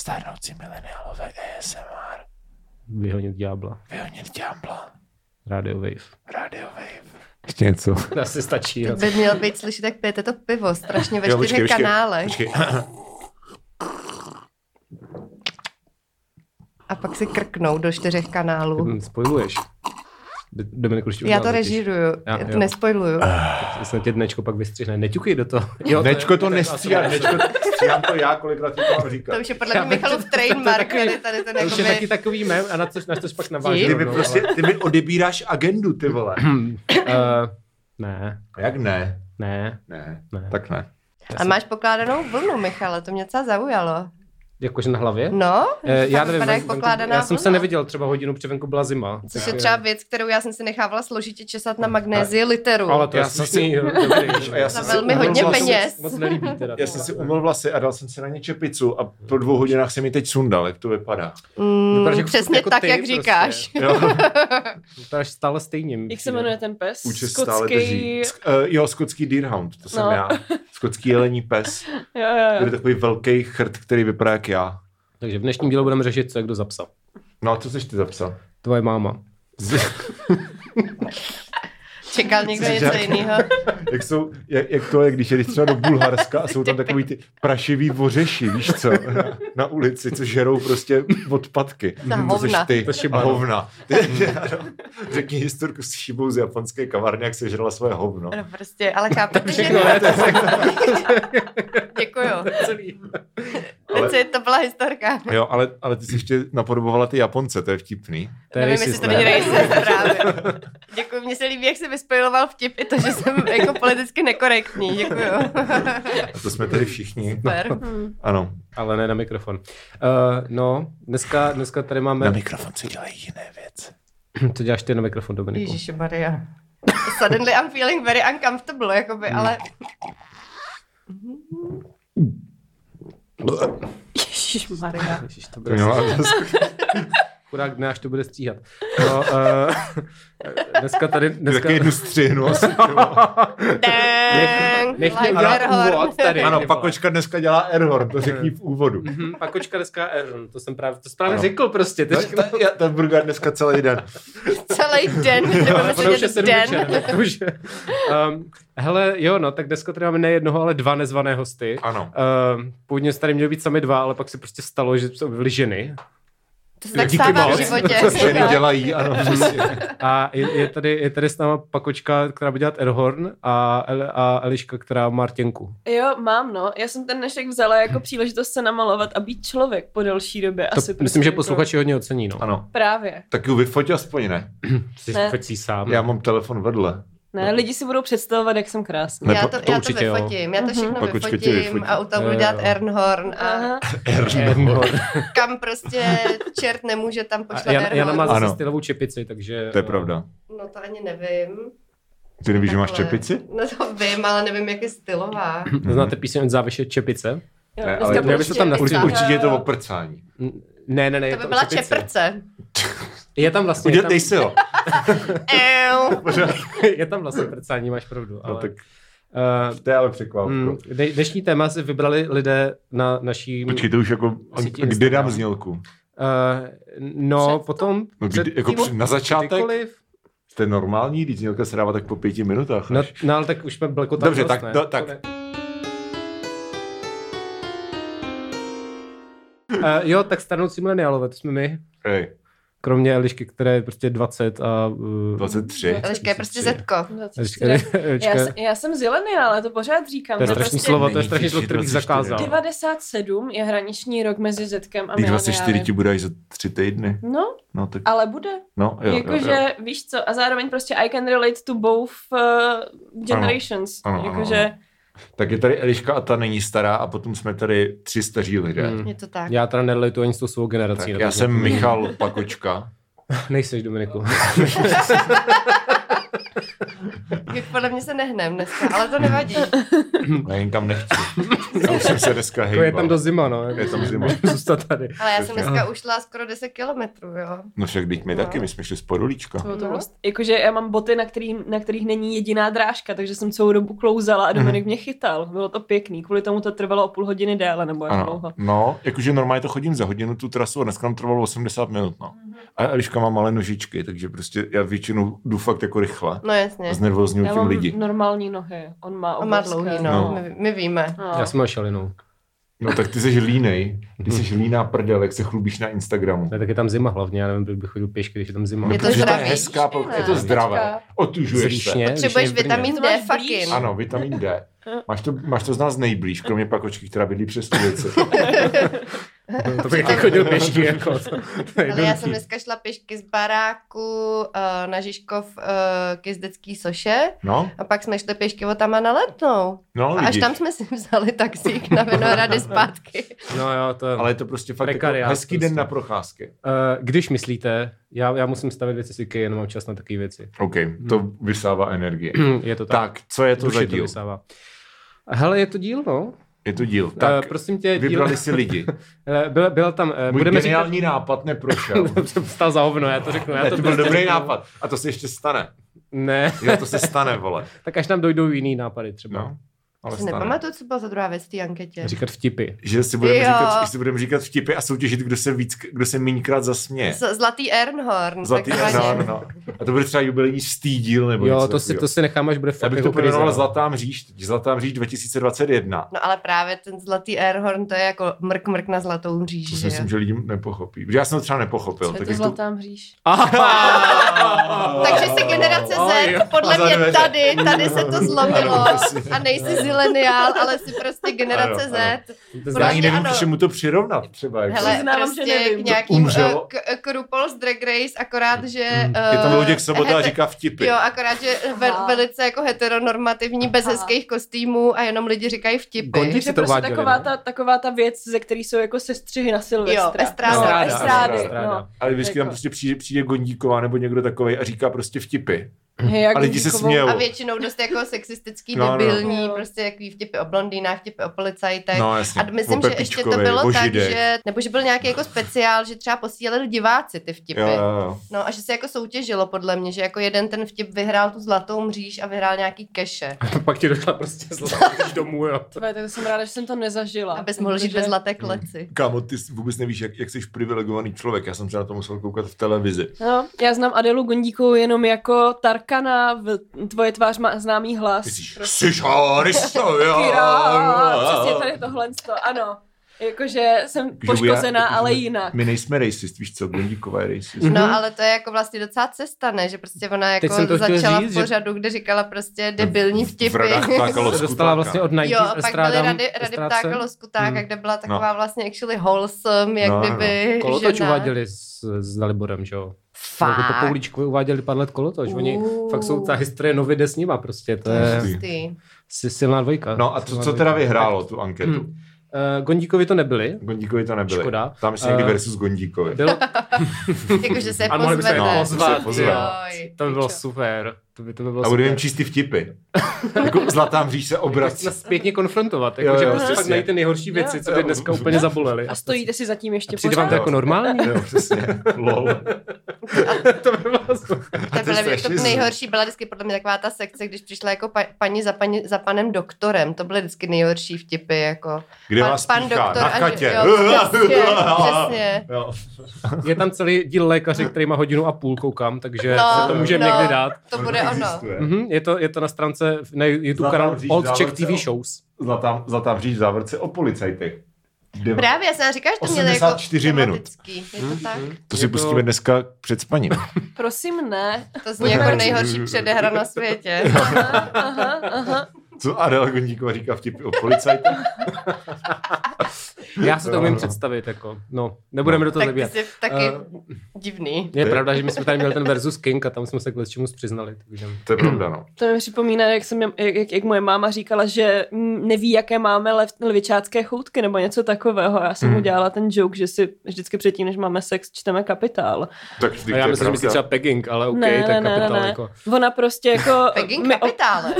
Starnoucí mileniálové ASMR. Vyhonit ďábla. Vyhonit ďábla. Radio Wave. Radio Wave. Ještě něco. To asi stačí. Teď by měl být slyšet, jak pijete to pivo strašně ve Jo, čtyřech počkej, počkej, kanálech. Počkej. A pak si krknou do čtyřech kanálů. Hm, Spojuješ. Dominik určitě Já udělal to totiž. režíruju, Já- já to jo. nespojluju. Ah. Snad tě dnečko pak vystřihne. Neťukej do toho. Jo, Nečko to asi nestříhá, bude. Nečko stříhám to já, kolikrát ti to mám říkat. To už je podle Já mě bych- Michalův to je trademark, takový- tady, tady ten To už je taky jakoby... takový mem a na což, na což pak navážu. no, Ty mi prostě, ty mi odebíráš agendu, ty vole. Uh, ne, Jak ne? ne, Ne, ne. Tak. tak ne. A máš pokládanou vlnu, Michale, to mě docela zaujalo. Jakože na hlavě? No, Eh, já já nevím, nevím, vypadá jak venku- pokládaná já jsem se vlna. neviděl třeba hodinu, protože venku byla zima. Což je třeba věc, kterou já jsem si nechávala složitě česat na magnézii literu. Eh, Ale to Já je jsem slušný. si- dobrý, že? A já Za jsem si velmi umyl hodně To se vlasy. peněz. Moc, moc nelíbí teda. Já jsem si umyl vlasy a dal jsem si na ně čepicu a po dvou hodinách jsem mi teď sundal, jak to vypadá. Mm, Vypadáš jako- přesně jako tak, ty jak prostě. říkáš. Jo, Vypadáš stále stejně. mi Jak se přijde. jmenuje ten pes? účes stále drží. Sk- eh, jo, skotský deerhound, to jsem No. já. Skotský jelení pes. Jo, jo, To je jo. takový velký chrt, který vypadá jak já. Takže v dnešním díle budeme řešit, co je kdo zapsal. No a co jsi ty zapsal? Tvoje máma. Čekal někdo Jsi něco žák. jiného. Jak, jsou, jak, jak to je, když jedeš třeba do Bulharska a jsou tam takový ty prašivý vořeši, víš co, na, na ulici, co žerou prostě odpadky. Ta to seš hovna. ty. To je šiba, a no. hovna. Ty, ano. Řekni historku s šibou z japonské kavárny, jak sežrala svoje hovno. No prostě, ale chápete, že... Děkuju. Celý. Ale- Ale... To byla historka. Jo, ale, ale ty jsi ještě napodobovala ty Japonce, to je vtipný. To je Nevím, jestli racist, to není ne? racist právě. Děkuji, mně se líbí, jak jsi vyspojiloval vtip i to, že jsem jako politicky nekorektní. Děkuju. A to jsme tady všichni. Super. Ano. Ale ne na mikrofon. Uh, no, dneska, dneska tady Na máme... mikrofon se dělají jiné věci. Co děláš ty na mikrofon, Dominiku? Ježíši Maria. Suddenly I'm feeling very uncomfortable, jakoby, Hmm. ale Ježíš Maria. Ježiš, to bude Jo, No, a to, chudák dne, až to bude stříhat. No, uh, dneska tady... Dneska... taky jednu střihnu asi. dang, Nech mě like udělat Erhorn. úvod tady. Ano, ty vole. pakočka dneska dělá error, to řekni v úvodu. Mhm, Pakočka dneska Aaron, to jsem právě, to správně Ano. No, řekl prostě. Ty Ta, ta, já- ten burger dneska celý den. Celý den, budeme Ono už je sedět sedm prostě den. večer, tak to už je. um, hele, jo, no, tak dneska tady máme ne jednoho, ale dva nezvané hosty. Ano. Um, původně jsme tady měli být sami dva, ale pak se prostě stalo, že jsou byly ženy. To se tak Díky stává v moc. životě. Co ženy dělají, ano, přesně. A je, je, tady, je tady s náma pakočka, která bude dělat Erhorn a, El, a Eliška, která má Martěnku. Jo, mám, no. Já jsem ten dnešek vzala jako příležitost se namalovat a být člověk po delší době. To, asi myslím, prostě že jako- posluchači hodně ocení, no. Ano. Právě. Tak ju vyfoť aspoň ne. Jsi Ne. fecí sám. Já mám telefon vedle. Ne, lidi si budou představovat, jak jsem krásný. Ne, Já po- to, to já to určitě jo. vyfotím, já to všechno Pak určitě vyfotím vyfotím. a u toho budu dělat Jo. Ernhorn a Aha. Erhorn. kam prostě čert nemůže, tam A pošle Jana, Jana má Ernhorn. zase Ano. stylovou čepici, takže... To je pravda. No to ani nevím. Ty nevíš, že máš Takhle. čepici? No to vím, ale nevím, jak je stylová. eh, Znáte píseň od závěše Čepice? Jo, Ne, ale dneska já bych se tam určitě- Urč, nastřihal. určitě je to o prcání. N- Ne, ne, ne. je To by byla o čepici. čeprce. Je tam vlastně... je tam- Udělej si ho. Ew. je tam vlastně prcání, máš pravdu. Ale, No, tak eh, to je ale překvapko. mm, dne- dnešní téma si vybrali lidé na naší... Počkej, to už jako, Sítí kdy Instagram. dám znělku? Eh, no, Před- potom... No, kdy, před- jako při- na začátek? Kdykoliv. To je normální, když znělka se dává tak po pěti minutách. No, až. no, ale tak už jsme vlastně. blekotali. Dobře, dost, tak- ne? to- tak. To ne. Eh, jo, tak starnoucí mileniálové, to jsme my. Hej, Kromě Elišky, které je prostě 20 a... Uh, 23. Eliška je prostě zetko. 24. Eliška, Eliška, Já, jsem- prostě já jsem z Jeleny, ale to pořád říkám. to je strašný slovo, to je strašný slovo, který bych Není ti zakázal. 97 je hraniční rok mezi Zetkem a Ty mileniály. 24 ti bude až za tři týdny. No, No tak, ale bude. no jo, jo, jo. Jakože, víš co, a zároveň prostě I can relate to both uh, generations. Ano, ano, Jakože, Tak je tady Eliška a ta není stará a potom jsme tady tři staří lidé. Hmm. Je to tak. Já teda nerelituji ani s tou svou Tak, generací. já nebo- jsem Michal Pakočka. Nejseš, Dominiku. Jak podle mě se nehnem dneska, ale to nevadí. Ne, nikam nechci. Já už jsem se dneska Jako hejbal. je tam do zima, no. jako- Je tam zima. Zůstat tady. Ale já jsem dneska ušla skoro 10 kilometrů, jo. No však teď my taky, my jsme šli z Podolíčka. To, to No. bylo, jakože já mám boty, na, který, na kterých není jediná drážka, takže jsem celou dobu klouzala a Dominik mě chytal. Bylo to pěkný, kvůli tomu to trvalo o půl hodiny déle, nebo jak Ano, dlouho. no, jakože normálně to chodím za hodinu tu trasu a dneska nám trvalo 80 minut, no. A Eliška má malé nožičky, takže prostě já většinou jdu fakt jako rychle. No jasně. A znervozňuju Já tím mám no- lidi. normální nohy, on má On má obrovské. dlouhý, no. No. no. My, my víme. no. Já jsem měl šalinu. No tak ty jsi línej, ty jsi líná prdel, jak se chlubíš na Instagramu. Ne, tak je tam zima hlavně, já nevím, proč bych chodil pěšky, když je tam zima. Je to Protože zdravý. je hezká, po- je to zdravé. Otužuješ se. Zvyšně, Potřebuješ zvyšně v Brně. vitamin To D, máš blíž. fucking. Ano, vitamin D. Máš to, máš to z nás nejblíž, kromě pakočky, která bydlí přes tu věci. To bych taky chodil pěšky, jako. To, to je Ale já jsem jednoduchý. dneska šla pěšky z baráku uh, na Žižkov uh, k jezdecký soše No, a pak jsme šli pěšky od tam a na letnou. A no až vidíš. tam jsme si vzali taxík na Vinohrady zpátky. No jo, to je... Ale je to prostě fakt jako Prekariát hezký prostě. den na procházky. Eh, když myslíte, já, já musím stavět věci si jenom mám čas na takové věci. OK, to vysává energie. je to Hmm. tak. Hm, tak, co je to Duši za díl? vysává. Hele, je to díl, no. Je to díl. Tak, Tak, eh, prosím tě, díl, vybrali si lidi. eh, byla, byla tam, eh, Můj budeme geniální nápad neprošel. říkat, jsem stál za hovno, já to řeknu. Já Ne, to to byl prostě dobrý řeknu. nápad. A to se ještě stane. Ne, Jo, to se stane, vole. tak až nám dojdou jiný nápady třeba. No, ale Si stane. nepamatuju, co byla za druhá věc v té anketě. Říkat vtipy. Že si budeme, Jo. říkat, že si budeme říkat vtipy a soutěžit, kdo se, víc, kdo se míňkrát zasměje. Z- Zlatý Ernhorn. Zlatý, no, no, takzvaně. no. A to bude třeba jubilejní stýdíl nebo Jo, něco to si, takovýho. to si nechám, až bude fakt Já bych to jako krize, pojmenoval no. Zlatá mříž, teď Zlatá mříž 2021. No ale právě ten zlatý Airhorn, to je jako mrk mrk na zlatou mříži, To si že jo? myslím, že lidi nepochopí. Protože já jsem to třeba nepochopil. Co je tak to jak zlatá mříž? Takže si generace Oj, jo. Z, podle A za mě dveře. tady, tady se to zlomilo Ano, přesně. a nejsi zileniál, ale jsi prostě generace Ano, ano. Z. To zdá- Já ani Podle mě nevím, ano. k čemu to přirovnat třeba. Jako. Hele, Přiznávám, prostě že nevím. k To nějakým umřelo. Hmm. uh, k, k RuPaul's Drag Race, akorát, že... je tam eh, Luděk Sobota a hete- říká vtipy. Jo, akorát, že vel, Aha. velice jako heteronormativní, bez Aha. hezkých kostýmů a jenom lidi říkají vtipy. Gondi- Když Takže se to prostě uváděli, taková, no. ta, taková ta věc, ze který jsou jako sestřihy na Silvestra. Jo, estráda. No, Estráda, estrády, estráda. no. Ale vždycky tam Jako. prostě přijde, přijde Gondíková nebo někdo takový a říká prostě vtipy. Hej, jak A lidi se Ludíkovou- smějou. A většinou dost jako sexistický, No, no. debilní, Jo. prostě jaký vtipy o blondýnách, vtipy o policajtech. No jasně. A myslím, O že ještě to Pepíčkovi, o bylo tak, Židech. že, nebo že byl nějaký jako speciál, že třeba posílali diváci ty vtipy. Jo, jo, jo. No a že se jako soutěžilo podle mě, že jako jeden ten vtip vyhrál tu zlatou mříž a vyhrál nějaký keše. Pak ti došla prostě zlatá domů, jo. Jako Tvé, tak jsem ráda, že jsem to nezažila. Abys mohl žít protože- ve zlaté kleci. Kámo, ty vůbec nevíš, jak, jak jsi privilegovaný člověk. Já jsem třeba na to musel koukat v televizi. No, já znám Adelu Gondíkovou jenom jako Tarkana, v tvoje tvář má známý hlas. Myslíš, jsi Haristo, jo. Kira, přesně tady tohle, ano. Jakože jsem Jakože poškozená, já- ale jakože jinak. My nejsme racist, víš co, Gondíková je racist. No ale to je jako vlastně docela cesta, ne? Že prostě ona Mhm. Teď jsem jako to chtěl začala říct, říct, že- No, v pořadu, kde říkala prostě debilní V vtipy. radách ptáka To dostala loskutáka. vlastně od 90 Jo, a pak byly estrádám- rady, rady estrádce. ptáka loskutáka, Hmm. kde byla taková vlastně actually wholesome, jak No, no, no. kdyby Kolotoč žena. uváděli s, s Daliborem, že jo? Jako po Fakt. Poulíčkovi uváděli pár let kolotoč. Oni Uuu. fakt jsou, ta historie nově jde s nima prostě. To je Hustý. Hustý. si- silná dvojka. No a to, Silná co dvojka. teda vyhrálo tu anketu? Hmm. Eh, Gondíkovi to nebyli. Gondíkovi to nebylo. Škoda. Tam si někdy Eh, versus Gondíkovi. Byl, Jakože se je a mohli by se pozvete. No, pozvat. se pozvat. Joj. To by bylo Pičo. super. To by, to by bylo A budeme jim super. číst ty vtipy. jako zlatá mříž se obrací. Jako zpětně konfrontovat, Jo, jako, že jo, prostě pak přesně. najít ty nejhorší věci, co by dneska úplně zaboleli. A stojíte si zatím A ještě přijde vám to jako normální? Jo, přesně. Lol. to by bylo super. To, je bylo, to strašně zlý. nejhorší byla vždycky podle mě taková ta sekce, když přišla jako pa, paní, za paní za panem doktorem. To byly vždycky nejhorší vtipy. Jako. Kde vás pan píchá? doktor Na a- chatě. jo, přesně, přesně. Jo. Je tam celý díl lékaře, který má hodinu a půl, koukám, takže No, se to můžeme no. někdy dát. To bude ono. Existuje. Mhm, je, to, je to na stránce na YouTube Zlatá kanál mříž, Old Czech závorce, TV jo. Shows. Zlatá, zlatá mříž v závorce o policajtech. Deva- Právě, já jsem říkala, že to měli jako 84 minut. tematický. Je Hmm? to tak? To Je si to- pustíme dneska před spaním. Prosím, ne. To zní jako nejhorší předehra na světě. Aha, aha, aha. Co Adela Gondíková říká vtipy o policajtech? Já se to No, umím no. představit, jako. No, nebudeme do toho Tak ty zabíjat. jsi taky Eh, divný. je pravda, že my jsme tady měli ten versus King a tam jsme se k čemu přiznali. Takže... To je pravda, no. To mi připomíná, jak, jsem, jak, jak, jak moje máma říkala, že mm, neví, jaké máme lev, levičácké choutky nebo něco takového. Já jsem Hmm. hmm. udělala ten joke, že si vždycky předtím, než máme sex, čteme kapitál. Tak A vždyť to No, já je myslím, že myslíš třeba pravda. pegging, ale OK, ne, tak ne, kapitál ne, ne. jako. Ona prostě jako... Pegging my- kapitále.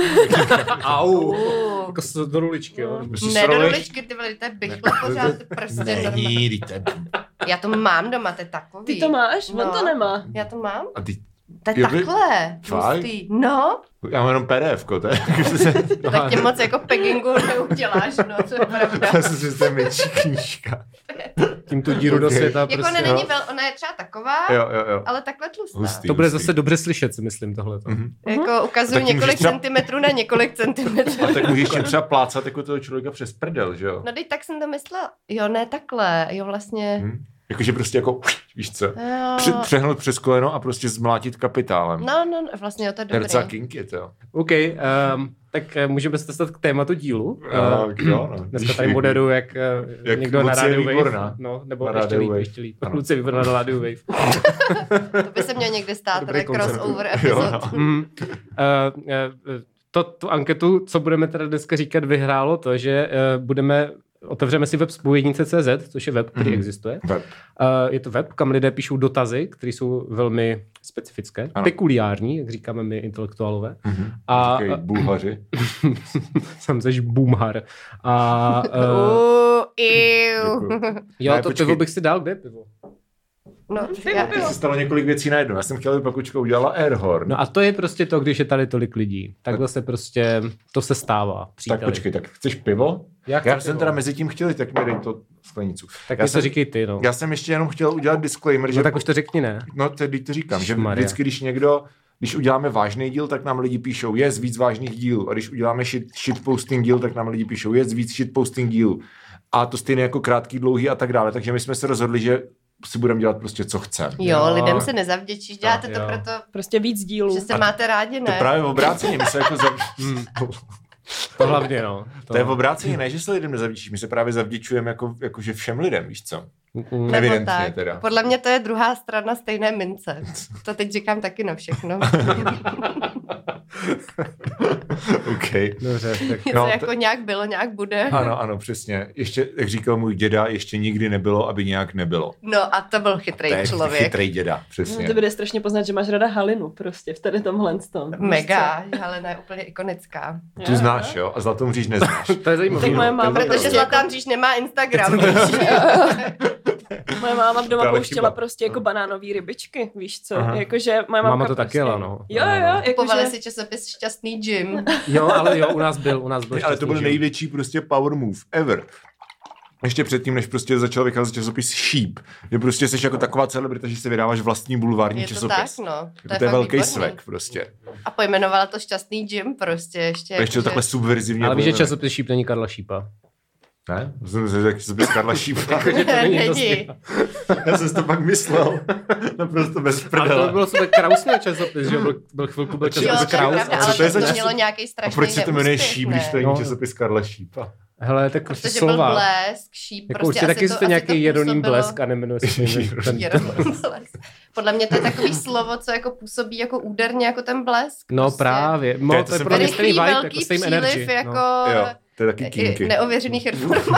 Au, Uh, jako s- do ruličky, jo. Prostě Ne, do sroleš- ruličky, ty vole, to je bychla pořád prostě. normálně. Není, teď to je Já to mám doma, to je takový. Ty to máš? No. On No. to nemá. Já to mám? A ty, To je Jo, vy- takhle. Fakt? Tlustý. No, já mám jenom PDF, ko, to je. Aha. tak tě moc jako peggingu neuděláš, no, to je pravda. Já jsem si že to je menší knížka. Tím tu díru do Okay. světa Jako ona prostě. není jo. vel, ona je třeba taková, Jo, jo, jo. ale takhle tlustá. Hustý, To bude hustý. zase dobře slyšet, si myslím, tohle. Mhm. Jako Tak ukazuju tím můžeš několik třeba- centimetrů na několik centimetrů. A tak můžeš tím třeba plácat jako toho člověka přes prdel, že jo? No teď tak jsem to myslela. Jo, ne takhle. Jo, vlastně. Hm? Jakože prostě jako, víš co, Jo. Pře- přehnout přes koleno a prostě zmlátit kapitálem. No, no, no, vlastně jo, to je Herca dobrý. King je to. jo. OK, um, tak eh, můžeme se dostat k tématu dílu. A Eh, kdo, no? Dneska tady moderu, jak, eh, Jak někdo na Lucie rádiu Wave. Výborná. No, nebo Na ještě rádiu líp, Wave. ještě líp. Ano. Lucie výborná na rádiu Wave. To by se měl někdy stát, Dobrý teda koncept. crossover Jo, epizod. no. Mm. Eh, eh, to, tu anketu, co budeme teda dneska říkat, vyhrálo to, že eh, budeme otevřeme si web spojenice.cz, což je web, který Mhm. existuje. Web. Eh, Je to web, kam lidé píšou dotazy, které jsou velmi specifické, Ano. pekuliární, jak říkáme my intelektuálové. Mhm. A Říkají bulhaři. jsem seš boomhar. A uh, Uh, iu. Děkuju. jo, Oh. Ne, to počkej. pivo bych si dal, kde je pivo? No, Mně já, se stalo několik věcí najednou. Já jsem chtěl, aby Pakučka udělala airhorn. No a to je prostě to, když je tady tolik lidí. Takhle se prostě, to se stává, příteli. tak počkej, tak chceš pivo? Já, Já chci jsem pivo. teda mezi tím chtěl, tak mi dej to sklenicu. Tak já mi to jsem, říkej ty, no. já jsem ještě jenom chtěl udělat disclaimer, že no tak už to řekni, ne? No, tedy to říkám, že Maria. vždycky, když někdo, když uděláme vážný díl, tak nám lidi píšou, je víc vážných díl. A když uděláme shit, shitposting díl, tak nám lidi píšou, je víc shitposting díl. A to stejně jako krátký, dlouhý a tak dále. Takže my jsme se rozhodli, že si budeme dělat prostě, co chceme. jo, lidem se nezavděčíš, děláte Tak to jo. proto, Prostě víc dílů. že se máte rádi, To ne? je právě v obráceně, my se jako zav... To hlavně, no. To je v obráceně, ne, že se lidem nezavděčíš, my se právě zavděčujeme jako, jako že všem lidem, víš co? Mm, Nebo Evidentně tak. teda. Podle mě to je druhá strana stejné mince. To teď říkám taky na všechno. OK. Dobře, tak. Něco no, No, to- jako nějak bylo, nějak bude. Ano, ano, přesně. Ještě, jak říkal můj děda, ještě nikdy nebylo, aby nějak nebylo. No a to byl chytrý To je prostě člověk. chytrý děda, No, přesně. to bude strašně poznat, že máš rada halinu prostě v tady tomhle tom. Prostě, Mega, ale ne úplně ikonická. Tu znáš, jo? A zlatou mříž neznáš. To je zajímavé. Tak moje máma, Protože vlastně- prostě Zlatá jako, mříž nemá Instagram. víš? moje máma To je doma ale pouštěla chyba. prostě jako banánový rybičky, víš co? Aha. Jakože moje Máma mamka to taky prostě... jela, no. Jo, No, no, jo, no. jakože... Kupovali si časopis Šťastný Jim. No, ale jo, u nás byl, u nás byl. Ty, ale to byl šťastný život. největší prostě power move ever. Ještě předtím, než prostě začal vycházet časopis Sheep, kde prostě jsi jako taková celebrita, že si vydáváš vlastní bulvární Je to tak, časopis. no. Jako to je fakt velký výborný. svek prostě. A pojmenovala to Šťastný Jim prostě ještě. A ještě to jakože- takhle subverzivně. Ale víš, že pojmenuje. časopis šíp není Karla Šípa. Ne? Jsem se jak časopis Karla Sheepa. není prostě- to Není. Já jsem si to pak myslel. Naprosto bez Ale prdele. to bylo super Krausner časopis, že jo, byl, byl chvilku byl Jo, Jo, časopis to je Kraus. pravda, prostě Co ale to je za to čas- mělo nějaký A strašný proč se to jmenuje neúspěch, Sheep, ne? když to není No. časopis Karla Sheepa? Hele, tak prostě Protože byl slova. blesk, šíp, Jako prostě určitě asi taky to, jste asi to nějaký jeroný působilo- blesk a nemenuje se jmenuje ten... Jeroným blesk. Podle mě to je takový slovo, co jako působí jako úderně jako ten blesk. No prostě. právě, To no je- to to je jsem pro mě tady stejný Rychlý, vibe, velký jako same příliv energy. no. jako Jo, no. to je taky kinky. neověřených informací,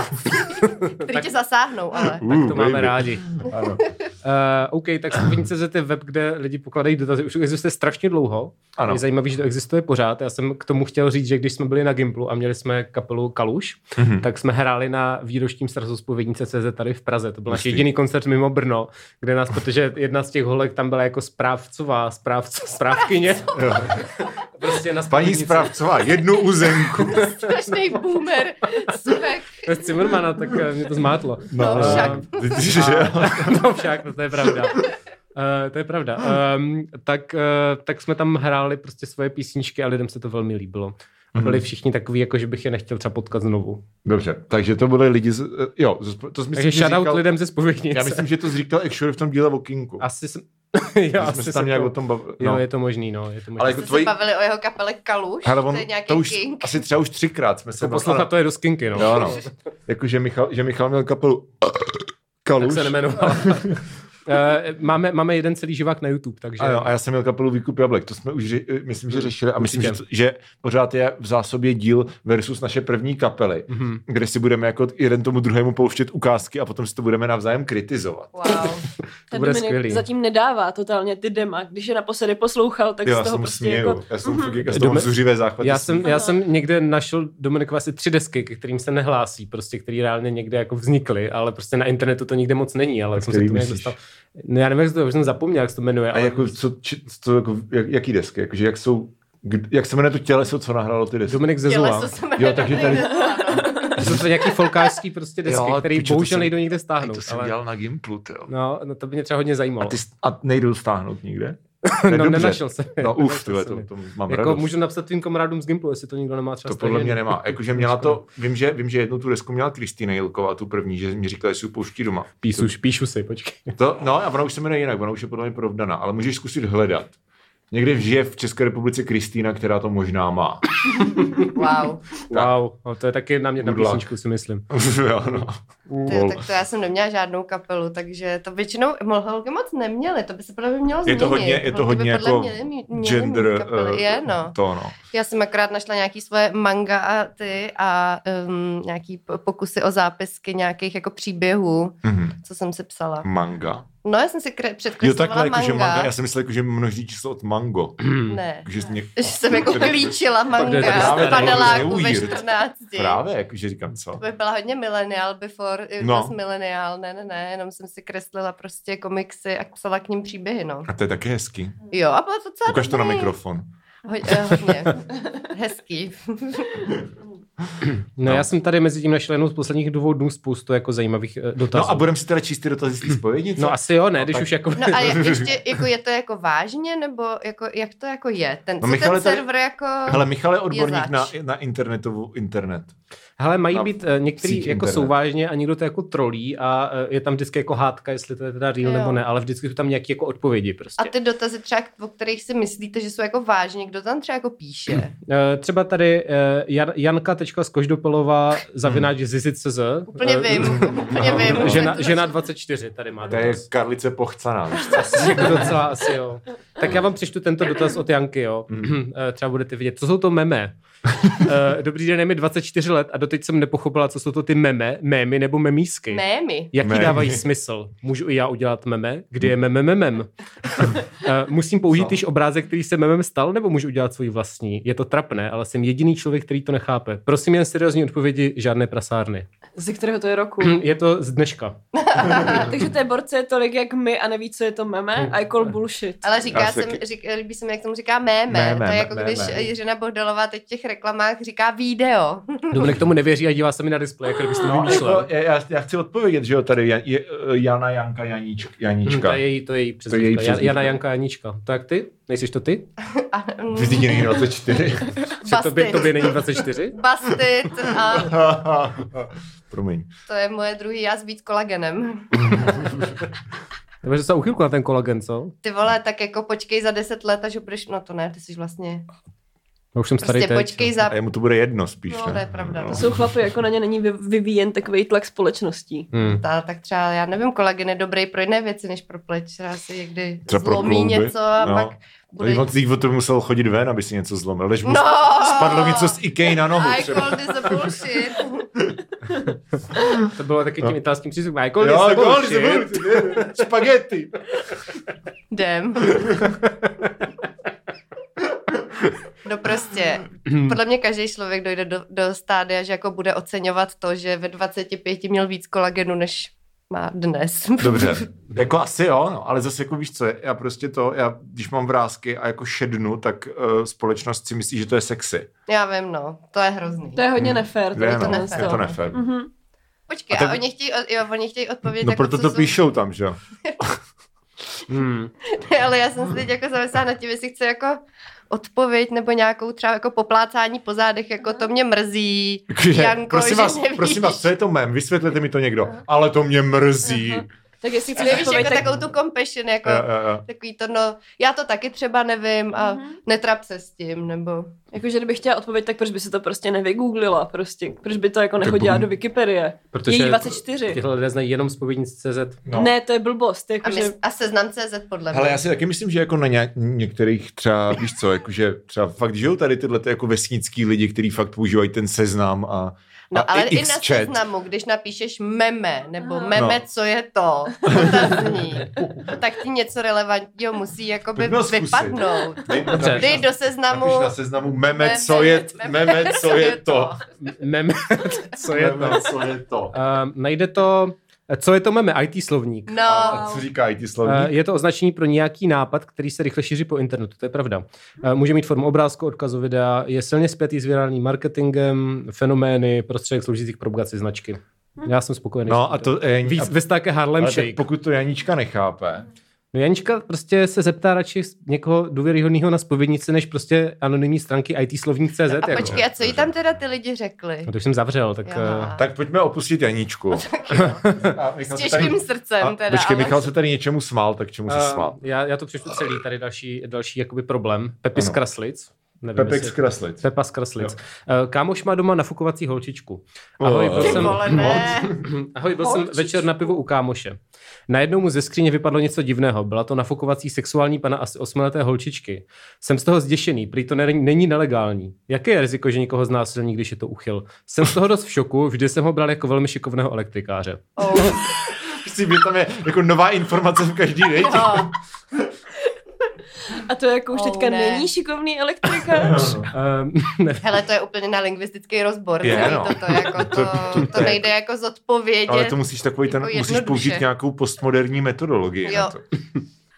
které tě zasáhnou, ale. Uh, Tak to máme baby. rádi. Ano. Uh, OK, tak CZ je web, kde lidi pokládají dotazy. Už existuje strašně dlouho. Ano. Je zajímavé, že to existuje pořád. Já jsem k tomu chtěl říct, že když jsme byli na Gimplu a měli jsme kapelu Kaluš, Mhm. tak jsme hráli na výročním srazu spovědnice CZ tady v Praze. To byl náš Hustý. jediný koncert mimo Brno, kde nás, protože jedna z těch holek tam byla jako správcová, správco, správkyně. Jo. prostě na Paní spovědnici. správcová, jednu uzenku. Strašný boomer, svek. Bez Cimrmana, tak eh, mě to zmátlo. No, Eh, však. Vidíš, že jo? no však, no, to je pravda. Uh, to je pravda. Um, tak, uh, tak jsme tam hráli prostě svoje písničky a lidem se to velmi líbilo. A byli Mhm. všichni takový, jako že bych je nechtěl třeba potkat znovu. Dobře, takže to byly lidi, z, eh, jo, z- to jsi Takže myslím, že shoutout říkal, lidem ze spovědnice. já myslím, že to jsi říkal Exure v tom díle o Kinku. Asi jsem, Já jsme asi se se tam nějak to- o tom bavili. Jo, No. je to možný, no. Je to možný. Ale Ale jako Jako tvojí- tvojí... se bavili o jeho kapele Kaluš, Hele, on, to je nějaký to už king. asi třeba už třikrát jsme se... to Jako poslouchat, to je do skinky, no. Jo, no. Jako, že Michal, že Michal měl kapelu Tak Kaluš. se nemenoval. Eh, máme, máme jeden celý živák na YouTube, takže... Mm-hmm. A, jo, a já jsem měl kapelu Výkup jablek, to jsme už, ři- eh, myslím, že řešili a myslím, že, Určitě. že pořád je v zásobě díl versus naše první kapely, mm-hmm. kde si budeme jako jeden tomu druhému pouštět ukázky a potom si to budeme navzájem kritizovat. Wow. To Ten bude Dominik skvělý. zatím nedává totálně ty dema. Když je naposledy poslouchal, tak Jo, z já toho se mu prostě směju, jako... já jsem fakt jak- já z toho Dome- mám zuřivé záchvaty. Já jsem, smíchu. já jsem někde našel Dominikova asi tři desky, ke kterým se nehlásí, prostě, který reálně někde jako vznikly, ale prostě na internetu to nikde moc není, ale jsem se který k tomu nějak myslíš? dostal. No, já nevím, jak se to, už jsem zapomněl, jak se to jmenuje. A ale- jako, co, či, co jako, jak, jaký desky, jakože jak jsou, kd- jak se jmenuje to těleso, co nahrálo ty desky? Dominik Těle, Zezula. co se jmenuje Jo, takže tady- Dominik Zezula, no. To jsou to nějaký folkářský prostě desky, Jo, který pičo, to bohužel jsem- nejdou nikde stáhnout. to jsem ale... dělal na Gimplu, ty jo. No, no, to by mě třeba hodně zajímalo. A, ty, s- a nejdou stáhnout nikde? no, je dobře. nenašel jsem. je, No nenašel uf, tyhle, jsem to, je. to mám Jako radost. můžu napsat tvým kamarádům z Gimplu, jestli to nikdo nemá třeba To podle stažený. mě nemá. Jakože měla to, vím že, vím, že jednu tu desku měla Kristýna Jilková, tu první, že mi říkala, jestli ji pouští doma. Píšu, píšu si, počkej. To, no a ona už se jmenuje jinak, ona už je podle mě provdaná, ale můžeš zkusit hledat. Někde žije v České republice Kristýna, která to možná má. Wow. Wow, no, to je taky námět na Good luck. písničku, si myslím. jo, no. Ty, jo, tak to já jsem neměla žádnou kapelu, takže to většinou holky moc neměly, to by se podle mě mělo Je změnit. to hodně, je to Holky by hodně podle jako měly mít- měly mít gender, kapely. eh, je, no. to no. Já jsem akorát našla nějaký svoje manga a ty a um, nějaký p- pokusy o zápisky nějakých jako příběhů, Mhm. co jsem si psala. Manga. No, já jsem si kre- Jo, předkreslovala takhle, manga. jakože manga, já jsem myslel, jakože množí číslo od mango. Ne. Jakože mě... Že jsem jako klíčila to manga je z právě, paneláku to je ve weird. 14. Právě, jakože říkám, co? To by byla hodně millennial before, it No. was millennial, ne, ne, ne, jenom jsem si kreslila prostě komiksy a psala k ním příběhy, no. A Hmm. to je taky hezký. Jo, a bylo to docela Ukaž to na dobrý. mikrofon. Ho, eh, hodně. Hezký. No, já jsem tady mezi tím našel jenom z posledních dvou dnů spoustu jako zajímavých eh, dotazů. No a budeme si teda číst ty dotazy z té spovědi, co? No asi jo, ne, No, když tak- už jako... No a je, ještě, jako je to jako vážně, nebo jako, jak to jako je? Ten, No, no, Michale, ten tady- server jako... Hele, Michal je odborník zač. na, na internetovou internet. Hele, mají na být eh, některý síť jako internet. souvážně a někdo to jako trolí a eh, je tam vždycky jako hádka, jestli to je teda real Jo. nebo ne, ale vždycky jsou tam nějaké jako odpovědi prostě. A ty dotazy třeba, o kterých si myslíte, že jsou jako vážně, kdo tam třeba jako píše? Eh, Třeba tady eh, Jan, Janka.skoždopelová Hmm. zavináč zizit.cz Úplně Eh, vím, úplně vím. Žena, žena 24 tady má To je dotaz. Karlice Pochcaná. víš co? Asi jako docela asi jo. Tak já vám přečtu tento dotaz od Janky, jo. Mm. Eh, Třeba budete vidět, co jsou to meme. Eh, Dobrý den, je mi 24 let a doteď jsem nepochopila, co jsou to ty meme, mémy nebo memísky. Mémy. Jaký Memy. dávají smysl? Můžu i já udělat meme? Kdy je meme memem? Eh, Musím použít již obrázek, který se memem stal, nebo můžu udělat svůj vlastní? Je to trapné, ale jsem jediný člověk, který to nechápe. Prosím jen seriózní odpovědi, žádné prasárny. Ze kterého to je roku? Je to z dneška. Takže té borce je tolik, jak my a neví, co je to meme. I call bullshit. Ale říká Já si jsem, taky- řík, líbí se mi, jak tomu říká méme. Méme, to je jako méme. když Jiřina Bohdalová teď v těch reklamách říká video. Dominik tomu nevěří a dívá se mi na displej, jako kdybyste to No, vymýšlel. jako, já- já, já, chci odpovědět, že jo, tady Jan, je, eh, Jana Janka Janíč, Hmm, Janíčka. To je její, to je její přezdívka. její Je přezdívka. Jana Janka Janíčka. Tak ty? Nejsiš to ty? A, mm, Ty jediný 24. Že tobě, Bastit. tobě není 24? Bastit a Promiň. to je moje druhý já s víc kolagenem. Nebo že se uchylku na ten kolagen, co? Ty vole, tak jako počkej za 10 let, až budeš, no to ne, ty jsi vlastně, Já No, už jsem starý prostě teď. počkej za, no. A jemu to bude jedno spíš, No, ne? to je pravda, no. Jsou chlapy, jako na ně není vy- vyvíjen takový tlak společností. Hmm. ta, tak třeba, já nevím, kolagen je dobrý pro jiné věci, než pro pleť, třeba si někdy Třeba pro zlomí klouby, něco a no. pak bude... Bude... On si o to musel chodit ven, aby si něco zlomil, než mu No! spadlo něco z Ikej na nohu. I Třeba. call this a bullshit. To bylo taky tím italským přízvukem. no. Jo, Jo, jo, jako, že se budu- Spaghetti. Jdem. No prostě, podle mě každý člověk dojde do, do stádia, že jako bude oceňovat to, že ve 25 měl víc kolagenu, než má dnes. Dobře. Jako asi jo, no, ale zase jako víš co, je, já prostě to, já když mám vrázky a jako šednu, tak uh, společnost si myslí, že to je sexy. Já vím, no, to je hrozný. To je hodně nefér. Je, no, tady tohle Mhm. je to. to nefér. Hm. Počkej, a, A tak- oni chtějí, o- jo, oni chtějí odpovědět. No jako, proto co to jsou- píšou tam, že jo. Hmm. Ne, ale já jsem se teď jako zamyslela nad tím, jestli chci jako odpověď nebo nějakou třeba jako poplácání po zádech, jako to mě mrzí, Takže, Janko, že prosím, vás, nevíš. prosím vás, co je to mem? Vysvětlete mi to někdo. Ale to mě mrzí. Eh, Tak jestli chceš Ale víš, odpověď, jako tak... takovou tu compassion, jako Jo, jo, jo. takový to, no, já to taky třeba nevím a Mhm. netrap se s tím, nebo... Jakože kdybych chtěla odpověď, tak proč by si to prostě nevygooglila prostě? Proč by to jako nechodila bum. do Wikipedie? Protože jako Její 24. Tyhle lidé znají jenom spovědnic.cz. No. Ne, to je blbost. A, Jakože... my, a seznam CZ podle mě. Hele, já si taky myslím, že jako na nějak, některých třeba, víš co, jakože třeba fakt žijou tady tyhle ty jako vesnický lidi, kteří fakt používají ten seznam a, No, a ale i, na X-chat. seznamu, když napíšeš meme, nebo Aha. meme, No. co je to, otazní, no, tak ti něco relevantního musí jakoby Pojďme ho zkusit. vypadnout. Dej- Dobře. napiš Dej na- do seznamu, napiš na seznamu meme, co je, meme, co je to. Meme, co je to? Meme, co je to. Uh, najde to, co je to meme, IT slovník. No, A co říkají ty Eh, slovní? Je to označení pro nějaký nápad, který se rychle šíří po internetu, to je pravda. Eh, Může mít formu obrázku, odkazu videa, je silně spjatý s virálním marketingem, fenomény, prostředek sloužících k propagaci značky. Hm. Já jsem spokojený. s No tímto. a to je... Víc, ve také Harlem ale tak Shake. pokud to Janíčka nechápe, No Janička prostě se zeptá radši někoho důvěryhodného na spovědnici, než prostě anonymní stránky IT slovník.cz. a jako. počkej, no. a co jí tam teda ty lidi řekli? No, to už jsem zavřel, tak... Aha. eh, tak pojďme opustit Janíčku. A Michal S se tady- těžkým a- srdcem teda. Počkej, ale- Michal se tady něčemu smál, tak čemu se eh, smál? já, já, to přečtu celý, tady další, další jakoby problém. Pepi z Ano. Kraslic. Nevím, Pepek jestli- z Kraslic. Pepa z Kraslic. Jo. Oh. Eh, Kámoš má doma nafukovací holčičku. Ahoj, byl Ty jsem, vole, ne. ahoj, byl jsem Holčičku. večer na pivu u kámoše. Najednou mu ze skříně vypadlo něco divného. Byla to nafukovací sexuální pana asi osmileté holčičky. Jsem z toho zděšený, prý to není, není nelegální. Jaké je riziko, že někoho znásilní, když je to uchyl? Jsem z toho dost v šoku, vždy jsem ho bral jako velmi šikovného elektrikáře. Oh, Chci, že tam je jako nová informace v každý den. no. A to jako už Oh, teďka ne. není šikovný Jako, elektrikář. Ehm, Hele, to je úplně na lingvistický rozbor. Je, Je, no. no. to, jako, to, to- to nejde jako zodpovědět. Ale to musíš takový ten, Jako musíš jednoduše. použít nějakou postmoderní metodologii. Na Jo. to.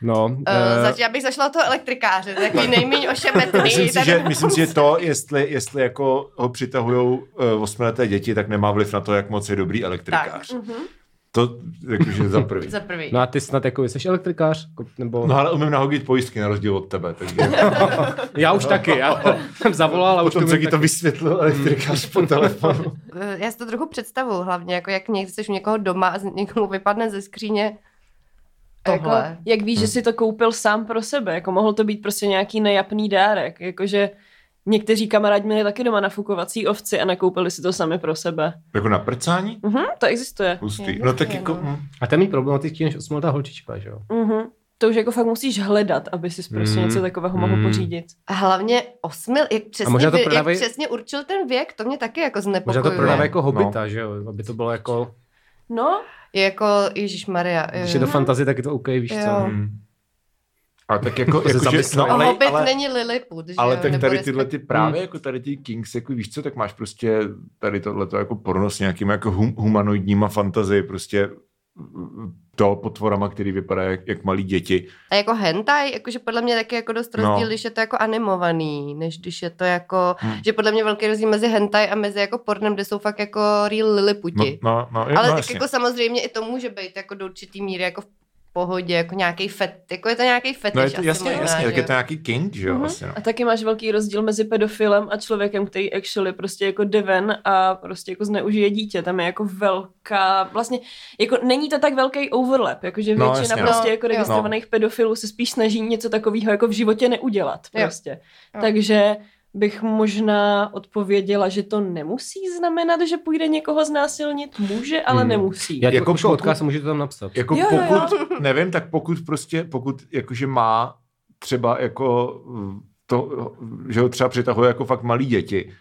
No, Eh, eh, zač- já bych zašla od toho elektrikáře, to je takový nejméně ošemetný. No. Myslím, si, Tady- že, myslím si, že to, jestli, jestli jako ho přitahují uh, osmileté děti, tak nemá vliv na to, jak moc je dobrý elektrikář. Tak. To jakože za prvý. Za prvý. no a ty snad jako jsi elektrikář? Jako, Nebo... No ale umím nahodit pojistky na rozdíl od tebe, takže Já už taky, já jsem zavolal a už no. potom, to co umím ti to taky. vysvětlil elektrikář po telefonu. Eh, Já si to trochu představuju, hlavně jako jak někdy jsi u někoho doma a z- někomu vypadne ze skříně tohle. Jako, jak víš, Hm. že si to koupil sám pro sebe, jako mohl to být prostě nějaký nejapný dárek, jakože někteří kamarádi měli taky doma nafukovací ovci a nakoupili si to sami pro sebe. Jako na prcání? Mhm, to existuje. Hustý. No tak jako... mm. A to je méně problematický než osmiletá holčička, že jo? Mhm. To už jako fakt musíš hledat, aby si prostě Mm. něco takového mohl Mm. pořídit. A hlavně osmi, jak přesně, možná to by- prodávají- jak přesně určil ten věk, to mě taky jako Možná znepokojuje. to prodává Ne, jako no. hobita, že jo? Aby to bylo jako, No, Je jako, Ježíš Maria. když je to fantazie, tak je to OK, víš Eh. Jo. co? Mm. A tak jako, To se jako že, zamyslel. no, ale, Hobbit ale, není Lilliput, že Ale jo, tak nebo tady respekt- Hmm. tyhle ty právě, jako tady ty Kings, jako víš co, tak máš prostě tady tohleto jako porno s nějakým jako hum, humanoidníma fantazie, prostě mm, to potvorama, který vypadá jak, jak malí děti. A jako hentai, jakože podle mě taky jako dost rozdíl, No. no. když je to jako animovaný, než když je to jako, Hmm. hmm. že podle mě velký rozdíl mezi hentai a mezi jako pornem, kde jsou fakt jako real No, liliputi. no, no, Ale no, tak jasně. jako samozřejmě i to může být jako do určitý míry jako v pohodě, jako nějaký fet, jako je to nějaký fetiš no je to, asi jasně, možná, jasně, že tak je jo. to nějaký King, že jo, Mhm. asi, no. A taky máš velký rozdíl mezi pedofilem a člověkem, který actually prostě jako jde ven a prostě jako zneužije dítě. Tam je jako velká, vlastně jako není to tak velký overlap, jakože No, většina jasně, no. prostě No, jako jo. registrovaných pedofilů se spíš snaží něco takového jako v životě neudělat Jo. prostě. Jo. Takže bych možná odpověděla, že to nemusí znamenat, že půjde někoho znásilnit. Může, ale Hmm. nemusí. Já ti Jako jako pokud- odkaz, můžete tam napsat. Jako Jo, jo, jo. pokud, nevím, tak pokud prostě, pokud jakože má třeba jako mm, to, že ho třeba přitahuje jako fakt malí děti,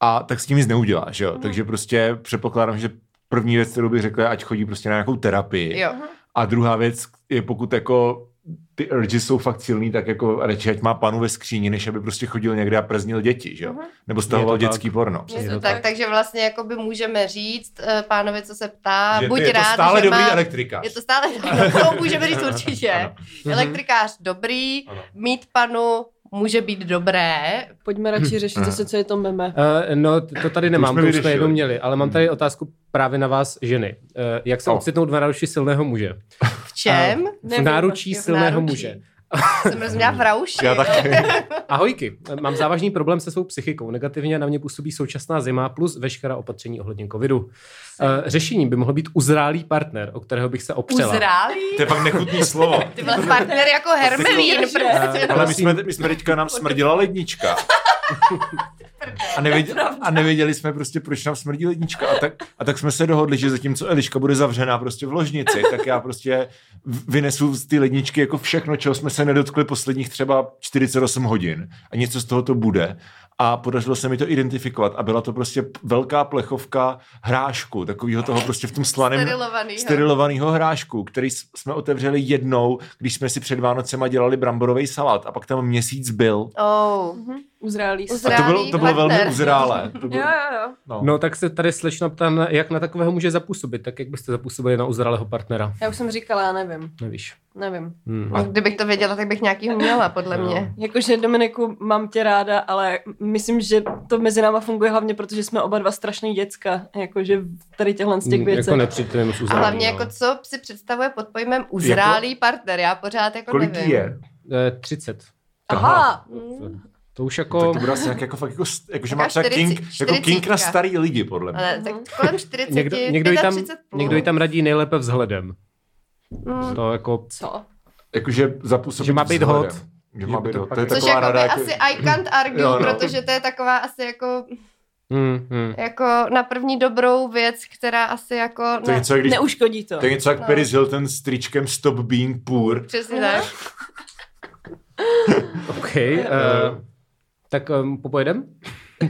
a tak s tím nic neudělá, že jo? Mhm. Takže prostě předpokládám, že první věc, kterou bych řekl, je, ať chodí prostě na nějakou terapii. Jo. A druhá věc je, pokud jako ty urges jsou fakt silný, tak jako radši ať má panu ve skříni, než aby prostě chodil někde a prznil děti, že jo? Mhm. Nebo stahoval Je to tak. dětský porno. Je Je to to tak, takže vlastně jako by můžeme říct, eh, pánovi, co se ptá, Že buď je to rád, stále že dobrý má... elektrikář. Je to stále dobrý, to můžeme říct určitě. Ano. Elektrikář dobrý, Ano. mít panu může být dobré. Pojďme radši řešit zase, co je to meme. Uh, no, t- to tady nemám, jsme to už jsme, vyřešili. Hmm. jednou měli, ale mám tady otázku právě na vás, ženy. Uh, jak se O. ocitnout v náručí silného muže? V čem? v náručí jo, prostě v silného náručí. muže. Jsem rozuměla v rauši. Já taky. Ahojky, mám závažný problém se svou psychikou. Negativně na mě působí současná zima plus veškerá opatření ohledně covidu. Eh, Řešením by mohl být uzrálý partner, o kterého bych se opřela. Uzrálí? To je fakt nechutný slovo. Ty byl partner jako Hermelín. Ježiš. Prostě. Ale my jsme, my jsme teďka nám smrdila lednička. A nevěděli, a nevěděli jsme prostě, proč nám smrdí lednička. A tak, a tak jsme se dohodli, že zatímco Eliška bude zavřená prostě v ložnici, tak já prostě v- vynesu z té ledničky jako všechno, čeho jsme se nedotkli posledních třeba 48 hodin. A něco z toho to bude. A podařilo se mi to identifikovat. A byla to prostě velká plechovka hrášku, takového toho prostě v tom slaném Sterilovanýho. sterilovaného hrášku, který s- jsme otevřeli jednou, když jsme si před Vánocema dělali bramborový salát a pak tam měsíc byl. Oh. Uzrálí se. Uzrálí. A to bylo, to bylo Reálný velmi partner. uzrálé. To bylo, Jo, jo, jo. no. No tak se tady slečna ptá, na- jak na takového může zapůsobit. Tak jak byste zapůsobili na uzralého partnera? Já už jsem říkala, já nevím. Nevíš. Nevím. Hmm. No, kdybych to věděla, tak bych nějakýho měla, podle mě. Jakože, Dominiku, mám tě ráda, ale myslím, že to mezi náma funguje hlavně, protože jsme oba dva strašný děcka. Jakože tady těchhle z Hmm, těch Mm, věcí. Jako nepřijďte mi moc A uzrálý, hlavně no. jako co si představuje pod pojmem uzrálý partner, já pořád jako Jako- Kolik jí nevím. Mm. je? Eh, 30. Aha, To, to už Tak jako... to bude asi jak, jako, fakt jako, s- jako že Taká má třeba king, čtyřicet- jako king čtyřicítka. na starý lidi, podle mě. Ale tak kolem 40, Někdo, někdo, jí tam, 35 plus. někdo jí tam radí nejlépe vzhledem. Mm. To jako... co? Jakože zapůsobit Že má být vzhledem. hot. Že má být hot. To je Což taková jako by rada. Jako, asi I can't argue, Jo, no. protože to je taková asi jako, Hmm, hmm. jako na první dobrou věc, která asi jako... to je ne, něco, jak když, Neuškodí to. to je něco jak No. Paris Hilton s tričkem Stop Being Poor. Přesně tak. OK. eh, tak um, popojedem?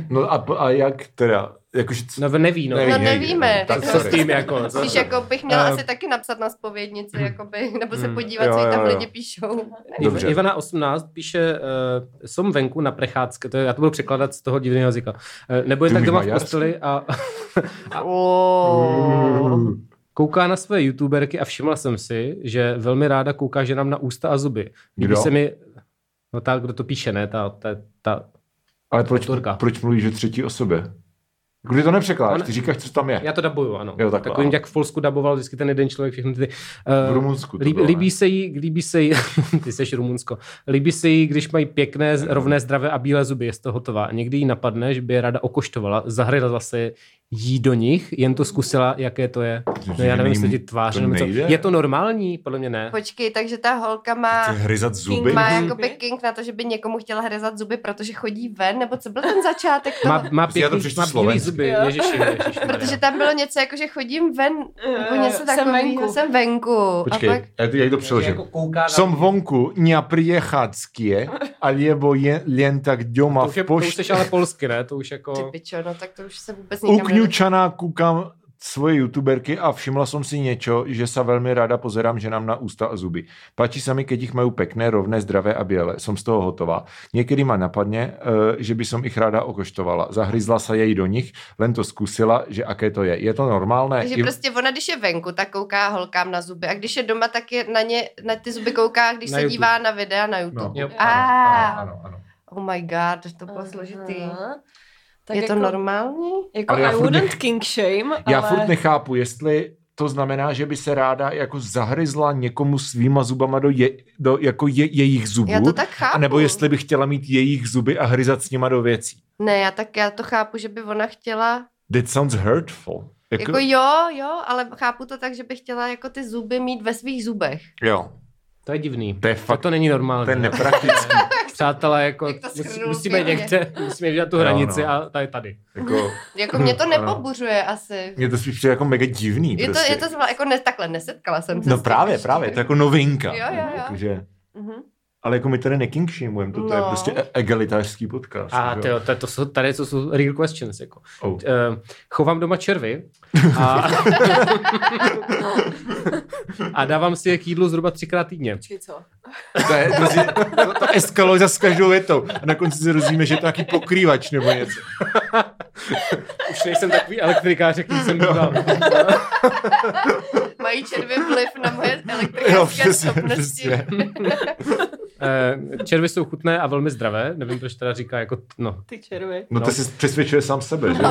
No a, a jak teda? Jakože, c- No neví, no. Neví, No neví, nevíme, Tak tak Co sorry. s tím jako? co- Spíš jako bych měla Eh, asi taky napsat na spovědnici, jakoby, nebo se Mm, podívat, Hmm. jo, co jí tam jo, jo. lidi píšou. Dobře. Ivana 18 píše, uh, jsem venku na prechádzce, to je, já to budu překládat z toho divného jazyka, uh, nebo jen Ty tak umíš doma v maďarsky? posteli a Oh. kouká na své youtuberky a všimla jsem si, že velmi ráda kouká ženám na ústa a zuby. Líbí Kdo? se mi, no ta, kdo to píše, ne, ta, ta, ta ale proč, Autorka. proč mluvíš o třetí osobě? Kdy to nepřekládáš? On- Ty říkáš, co tam je. já to dabuju, ano. Jo, takhle, Takovým, ano. jak v Polsku daboval vždycky ten jeden člověk všechny ty... V eh, Rumunsku to Líbí, bylo, líbí ne? se jí, líbí se jí, ty seš Rumunsko, líbí se jí, když mají pěkné, z- rovné, zdravé a bílé zuby, je z toho hotová. Někdy jí napadne, že by je ráda okoštovala, zahryla se jí do nich, jen to zkusila, jaké to je. No, já nevím, jestli ti tvář, to nebo co. nejde. Je to normální? Podle mě ne. Počkej, takže ta holka má... Ty hryzat zuby? Hmm. Má Zuby? jakoby king na to, že by někomu chtěla hryzat zuby, protože chodí ven, nebo co byl ten začátek toho? Má, má Prostě já to pěkný, přečtu má bílý slovensky. zuby, Jo. ježiši, ježiši. Protože tam bylo něco jako, že chodím ven, nebo Eh, Jako něco jsem takového, venku. jsem venku. Počkej, A pak, já, to- já to Jako- přeložím. Som vonku, nepriechádzkie, alebo jen, jen tak doma to už, v je, to už pošti. seš ale polsky, ne? To už jako... ty pičo, no tak to už se vůbec nikam nedostane. Ukňučaná kukám svoje youtuberky a všimla som si niečo, že sa veľmi rada pozerám ženám na ústa a zuby. Páči sa mi, keď ich majú pekné, rovné, zdravé a biele. Som z toho hotová. Niekedy ma napadne, eh, že by som ich rada okoštovala. Zahryzla sa jej do nich, len to skúsila, že aké to je. Je to normálne? Takže I- prostě ona, když je venku, tak kouká holkám na zuby. A když je doma, tak je na ně, na ty zuby kouká, když Na se YouTube. dívá na videa na YouTube. No, Jo. áno, áno, áno, áno. Oh my god, to bylo složitý. Aha. Tak je jako... to normální? Jako Ale já I furt wouldn't king shame, Já ale... furt nechápu, jestli to znamená, že by se ráda jako zahryzla někomu svýma zubama do, je, do jako je, jejich zubů, Já to tak chápu. anebo jestli by chtěla mít jejich zuby a hryzat s nima do věcí. Ne, já tak já to chápu, že by ona chtěla... That sounds hurtful. Jako, Jako jo, jo, ale chápu to tak, že by chtěla jako ty zuby mít ve svých zubech. jo, To je divný. to je To, fakt, to není normální. to je nepraktický. Přátelé, jako Jak to musí- shrnul musíme pěkně. někde, musíme dělat tu Jo, hranici no. a ta je tady. jako, Jako mě to Ano. nepobuřuje asi. mě to spíš přijde jako mega divný. Je to, prostě. je to zvla- jako ne, takhle nesetkala jsem se. no s tím právě, ještě. právě, to je jako novinka. Jo, jo, jo. Jakože, Mhm. ale jako my tady nekinkšimujeme, to, to je No. prostě e- egalitářský podcast. A že tyjo, to, to jsou, tady to jsou real questions. Jako. Oh. Eh, chovám doma červy a, a dávám si je k jídlu zhruba třikrát týdně. Počkej, co? To, je, prostě, to, to eskaluje za s každou větou. A na konci se dozvíme, že je to nějaký pokrývač nebo něco. Už nejsem takový elektrikář, jaký jsem býval. Mají červy vliv na moje Jo, elektrické přesně, prostě- schopnosti. přesně. Eh, Červy jsou chutné a velmi zdravé. Nevím, proč teda říká jako, t- no. Ty červy. No, No. to si přesvědčuje sám sebe, že?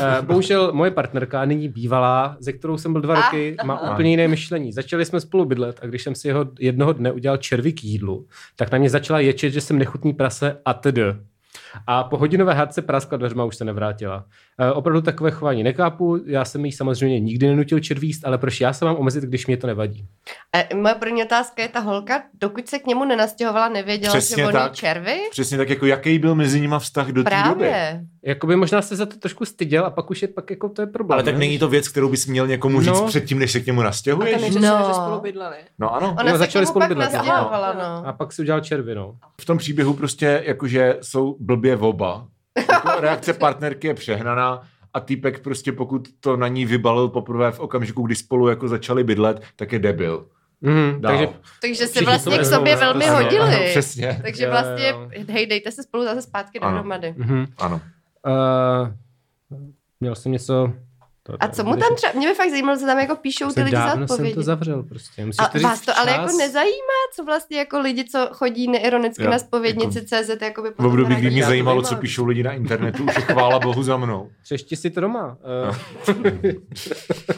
Eh, bohužel moje partnerka, nyní bývalá, ze kterou jsem byl dva A, roky, má aha. úplně jiné myšlení. Začali jsme spolu bydlet a když jsem si jeho jednoho dne udělal červy k jídlu, tak na mě začala ječet, že jsem nechutný prase a td. A po hodinové hádce práskla dveřma a už se nevrátila. E, opravdu takové chování nechápu, já jsem jí samozřejmě nikdy nenutil červíst, ale proč já se mám omezit, když mě to nevadí? A Eh, moje první otázka je ta holka, dokud se k němu nenastěhovala, nevěděla, Přesně že on tak. jí červy? Přesně tak, jako jaký byl mezi nima vztah do té doby. Právě. Jakoby možná se za to trošku styděl a pak už je pak jako to je problém. Ale tak ne? není to věc, kterou bys měl někomu říct No. předtím, než se k němu A nastěhuješ. tam je, že, No. no. že spolu bydleli. No ano. Ona Jo, se k začali němu spolu pak bydlet, jo. nastěhovala, A no. pak si udělal červy, no. V tom příběhu prostě jakože jsou blbě oba. Jako reakce partnerky je přehnaná a týpek prostě pokud to na ní vybalil poprvé v okamžiku, kdy spolu jako začali bydlet, tak je debil. Mm, Dál. takže Takže se Všichni vlastně jsou k sobě vezmou, velmi ano, Ano, hodili. přesně. Takže Jo, vlastně, jo. hej, dejte se spolu zase zpátky Ano. dohromady. mhm. Ano. Uh, měl jsem něco... To, A co mu tam třeba, mě by fakt zajímalo, co tam jako píšou ty jsem lidi za dávno jsem to odpovědi. zavřel prostě. Musíš A to říct vás to ale včas. jako nezajímá, co vlastně jako lidi, co chodí neironicky Jo, jako- na spovědnici CZ, jako by V období, kdy mě zajímalo, co píšou lidi na internetu, už je chvála bohu za mnou. Přešti si to doma. No. Eh,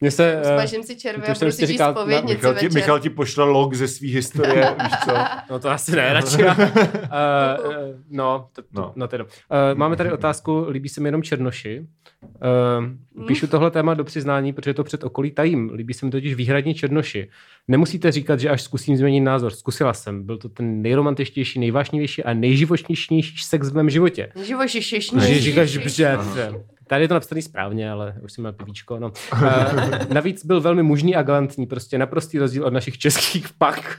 Mně se... eh, Smažím si červy to a už jsem budu si si číst říkal, spovědnici Michal ti, večer. Michal ti pošle log ze své historie, víš co? No to asi ne, radši. ne. Eh, eh, no, to, No. no. no teda. Eh, máme tady otázku, líbí se mi jenom Černoši. Eh, píšu tohle téma do přiznání, protože to před okolí tajím. Líbí se mi totiž výhradně Černoši. Nemusíte říkat, že až zkusím změnit názor. Zkusila jsem. Byl to ten nejromantičtější, nejvášnivější a nejživočnější sex v mém životě. Živoši šišní. Že říkáš břet. Tady je to napsané správně, ale už jsem měl pivíčko. No. Eh, navíc byl velmi mužný a galantní, prostě naprostý rozdíl od našich českých pak.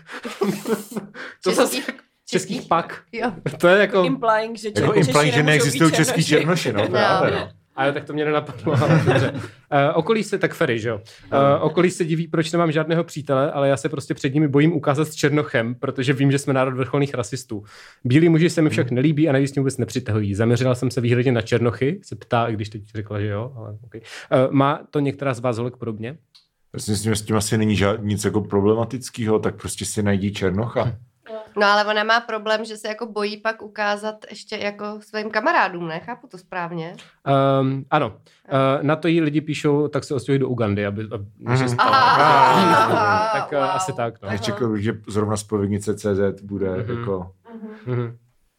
to zase, Českých- českých pak. Jo. To je jako... Implying, že Jako Češi implying, že nemůžou neexistují být český černoši, no. právě, no. Ale tak to mě nenapadlo. ale dobře. Eh, okolí se, tak Ferry, že jo. Eh, okolí se diví, proč nemám žádného přítele, ale já se prostě před nimi bojím ukázat s Černochem, protože vím, že jsme národ vrcholných rasistů. Bílí muži se mi však nelíbí a navíc mě vůbec nepřitahují. Zaměřila jsem se výhradně na Černochy, se ptá, i když teď řekla, že jo, ale okay. Eh, Má to některá z vás holek podobně? Já si myslím, že Prostě s tím asi není žád, nic jako problematického, tak prostě si najdí Černocha. No ale ona má problém, že se jako bojí pak ukázat ještě jako svým kamarádům, ne? Chápu to správně. Um, ano. Uh, na to jí lidi píšou, tak se ostěhují do Ugandy, aby, aby než se Mhm. stalo. Aha, tak eh, wow. asi tak. No. Já čekal bych, že zrovna spovědnice CZ bude Mhm. jako... Mhm.